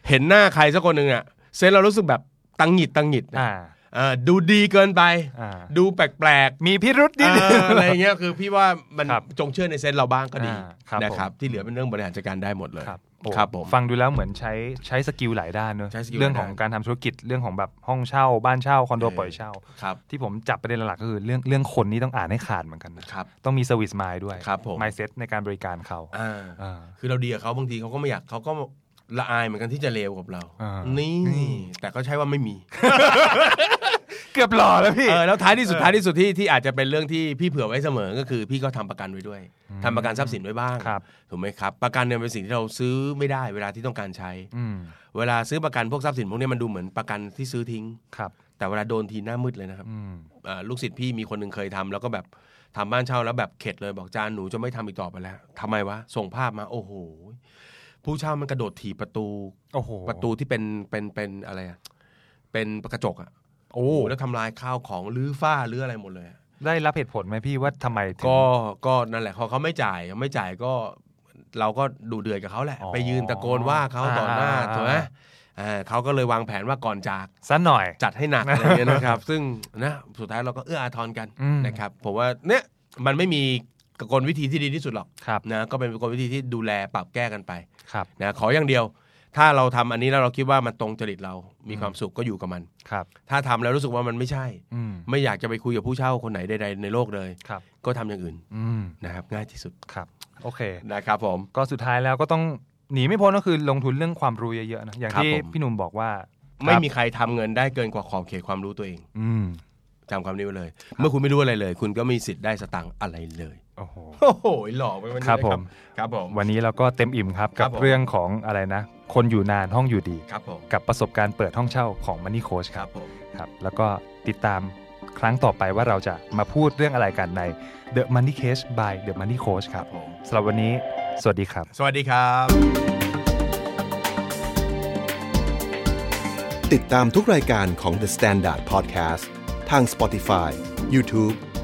Speaker 3: เห็นหน้าใครสักคนหนึ่งอ่ะเซนส์เรารู้สึกแบบตังหงิดตังหงิดนะ
Speaker 2: อ่า
Speaker 3: เออดูดีเกินไป
Speaker 2: อ่า
Speaker 3: ดูแปลก
Speaker 2: มีพิรุษ
Speaker 3: ๆ
Speaker 2: นิดนึง
Speaker 3: เอออะไรเงี้ยคือพี่ว่ามัน
Speaker 2: ครับ
Speaker 3: จงเชื่อในเซนส์เราบ้างก็ดี
Speaker 2: อ่าครับ
Speaker 3: นะครับ
Speaker 2: ผม
Speaker 3: ที่เหลือเป็นเรื่องบริหารจัดการได้หมดเลย
Speaker 2: ครับโอ้
Speaker 3: ครับผม
Speaker 2: ฟังดูแล้วเหมือนใช้ใช้สกิลหลายด้านเนอะ
Speaker 3: ใช้สกิลหลายด้าน
Speaker 2: เรื่องของการทำธุรกิจเรื่องของแบบห้องเช่า บ้านเช่าคอนโด
Speaker 3: เออ
Speaker 2: ปล่อยเช่า
Speaker 3: ครับ
Speaker 2: ที่ผมจับประเด็นหลักๆก็คือเรื่องเรื่องคนนี่ต้องอ่านให้ขาดเหมือนกันนะครับ ต้องมีเซอร์วิสมายด้วย
Speaker 3: ครับผม
Speaker 2: มายเซ็ตในการบริการเขา
Speaker 3: อ่า
Speaker 2: อ่า
Speaker 3: คือเราดีกับเขาบางทีเขาก็ไม่อยากเขาก็ละอายเหมือนกันที่จะเลวกับเรา
Speaker 2: อ่า
Speaker 3: นี่
Speaker 2: นี่
Speaker 3: แต่ก็ใช่ว่าไม่มี
Speaker 2: เกือบหล่อแล้วพี่
Speaker 3: เออแล้วท้ายที่สุดท้ายที่สุดที่ที่อาจจะเป็นเรื่องที่พี่เผื่อไว้เสมอก็คือ พี่ก็ทำประกันไว้ด้วยทำประกันทรัพย์สินไว้บ้าง
Speaker 2: ครับ
Speaker 3: ถูกไหมครับประกันเนี่ยเป็นสิ่งที่เราซื้อไม่ได้เวลาที่ต้องการใช้
Speaker 2: อืม
Speaker 3: เวลาซื้อประกันพวกทรัพย์สินพวกเนี้ยมันดูเหมือนประกันที่ซื้อทิ้ง
Speaker 2: ครับ
Speaker 3: แต่เวลาโดนทีหน้ามืดเลยนะครับ
Speaker 2: อืม
Speaker 3: เอ่อลูกศิษย์พี่มีคนหนึ่งเคยทำแล้วก็แบบทำบ้านเช่าแล้วแบบเข็ดเลยบอกจานหนูจะไม่ทำอีกต่อไปแล้วทำไมวะ ส่งภาพมา โอ้โห ผู้เช่ามันกระโดดถีบประตู
Speaker 2: โอ้โห
Speaker 3: ประตูที่เป็นเป็นเป็นอะไรอะเป็นกระจกอะ
Speaker 2: โอ้
Speaker 3: โอ้โหแล้วทำลายข้าวของรื้อฝ้ารื้ออะไรหมดเลยอะ
Speaker 2: ได้รับเหตุผลไหมพี่ว่าทำไมถึง
Speaker 3: ก็ก็นั่นแหละพอเขาไม่จ่ายไม่จ่ายก็ เราก็ดูเดือดกับเขาแหละ
Speaker 2: อ๋อ
Speaker 3: ไปยืนตะโกนว่าเขาต่อหน้า
Speaker 2: อ่า
Speaker 3: ถูกไหมเอ่อเขาก็เลยวางแผนว่าก่อนจาก
Speaker 2: สักหน่อย
Speaker 3: จัดให้ห นักอะไรเงี้ยนะครับ ซึ่งนะสุดท้ายเราก็เอื้ออาทรกัน
Speaker 2: อืม
Speaker 3: นะครับผมว่าเนี่ยมันไม่มีกลวิธีที่ดีที่สุดหรอก
Speaker 2: ครับ
Speaker 3: นะก็เป็นกลวิธีที่ดูแลปรับแก้กันไป
Speaker 2: ครับ
Speaker 3: นะขออย่างเดียว ถ้าเราทำอันนี้แล้วเราคิดว่ามันตรงจริตเรา มีความสุขก็อยู่กับมัน
Speaker 2: ครับ
Speaker 3: ถ้าทำแล้วรู้สึกว่ามันไม่ใช่
Speaker 2: อืม
Speaker 3: ไม่อยากจะไปคุยกับผู้เช่าคนไหนใดๆในโลกเลย
Speaker 2: ครับ
Speaker 3: ก็ทำอย่างอื่น
Speaker 2: อืม
Speaker 3: นะครับง่ายที่สุด
Speaker 2: ครับโอเค
Speaker 3: นะครับผม
Speaker 2: ก็สุดท้ายแล้วก็ต้องหนีไม่พ้นก็คือลงทุนเรื่องความรู้เยอะๆนะอย่าง
Speaker 3: ครับ
Speaker 2: ที่
Speaker 3: ผม
Speaker 2: พี่หนุ่มบอกว่า
Speaker 3: ไม่มีใครทำเงินได้เกินกว่าขอบเขตความรู้ตัวเอง
Speaker 2: อืม
Speaker 3: จำคำนี้ไว้เลย เมื่อคุณไม่รู้อะไรเลย คุณก็มีสิทธิ์ได้สตังค์อะไรเลย
Speaker 2: โอ้โห
Speaker 3: โอ้โหหล่อไปวันนี้
Speaker 2: ครับ
Speaker 3: นะ
Speaker 2: ผม
Speaker 3: ครับผม
Speaker 2: วันนี้เราก็เต็มอิ่มครับ
Speaker 3: ครั
Speaker 2: กับบ
Speaker 3: ผม
Speaker 2: เรื่องของอะไรนะ คนอยู่นานห้องอยู่ดี
Speaker 3: ครับผม
Speaker 2: กับประสบการณ์เปิดห้องเช่าของ Money Coach
Speaker 3: ค
Speaker 2: ค
Speaker 3: รั
Speaker 2: รั
Speaker 3: บบ ผม
Speaker 2: ครับ แล้วก็ติดตามครั้งต่อไปว่าเราจะมาพูดเรื่องอะไรกันใน The Money Case by The Money Coach ครับ
Speaker 3: ครับผม
Speaker 2: สำหรับวันนี้ สวัสดีครับ
Speaker 3: สวัสดีครับ
Speaker 1: ติดตามทุกรายการของ The Standard Podcast ทาง Spotify, YouTube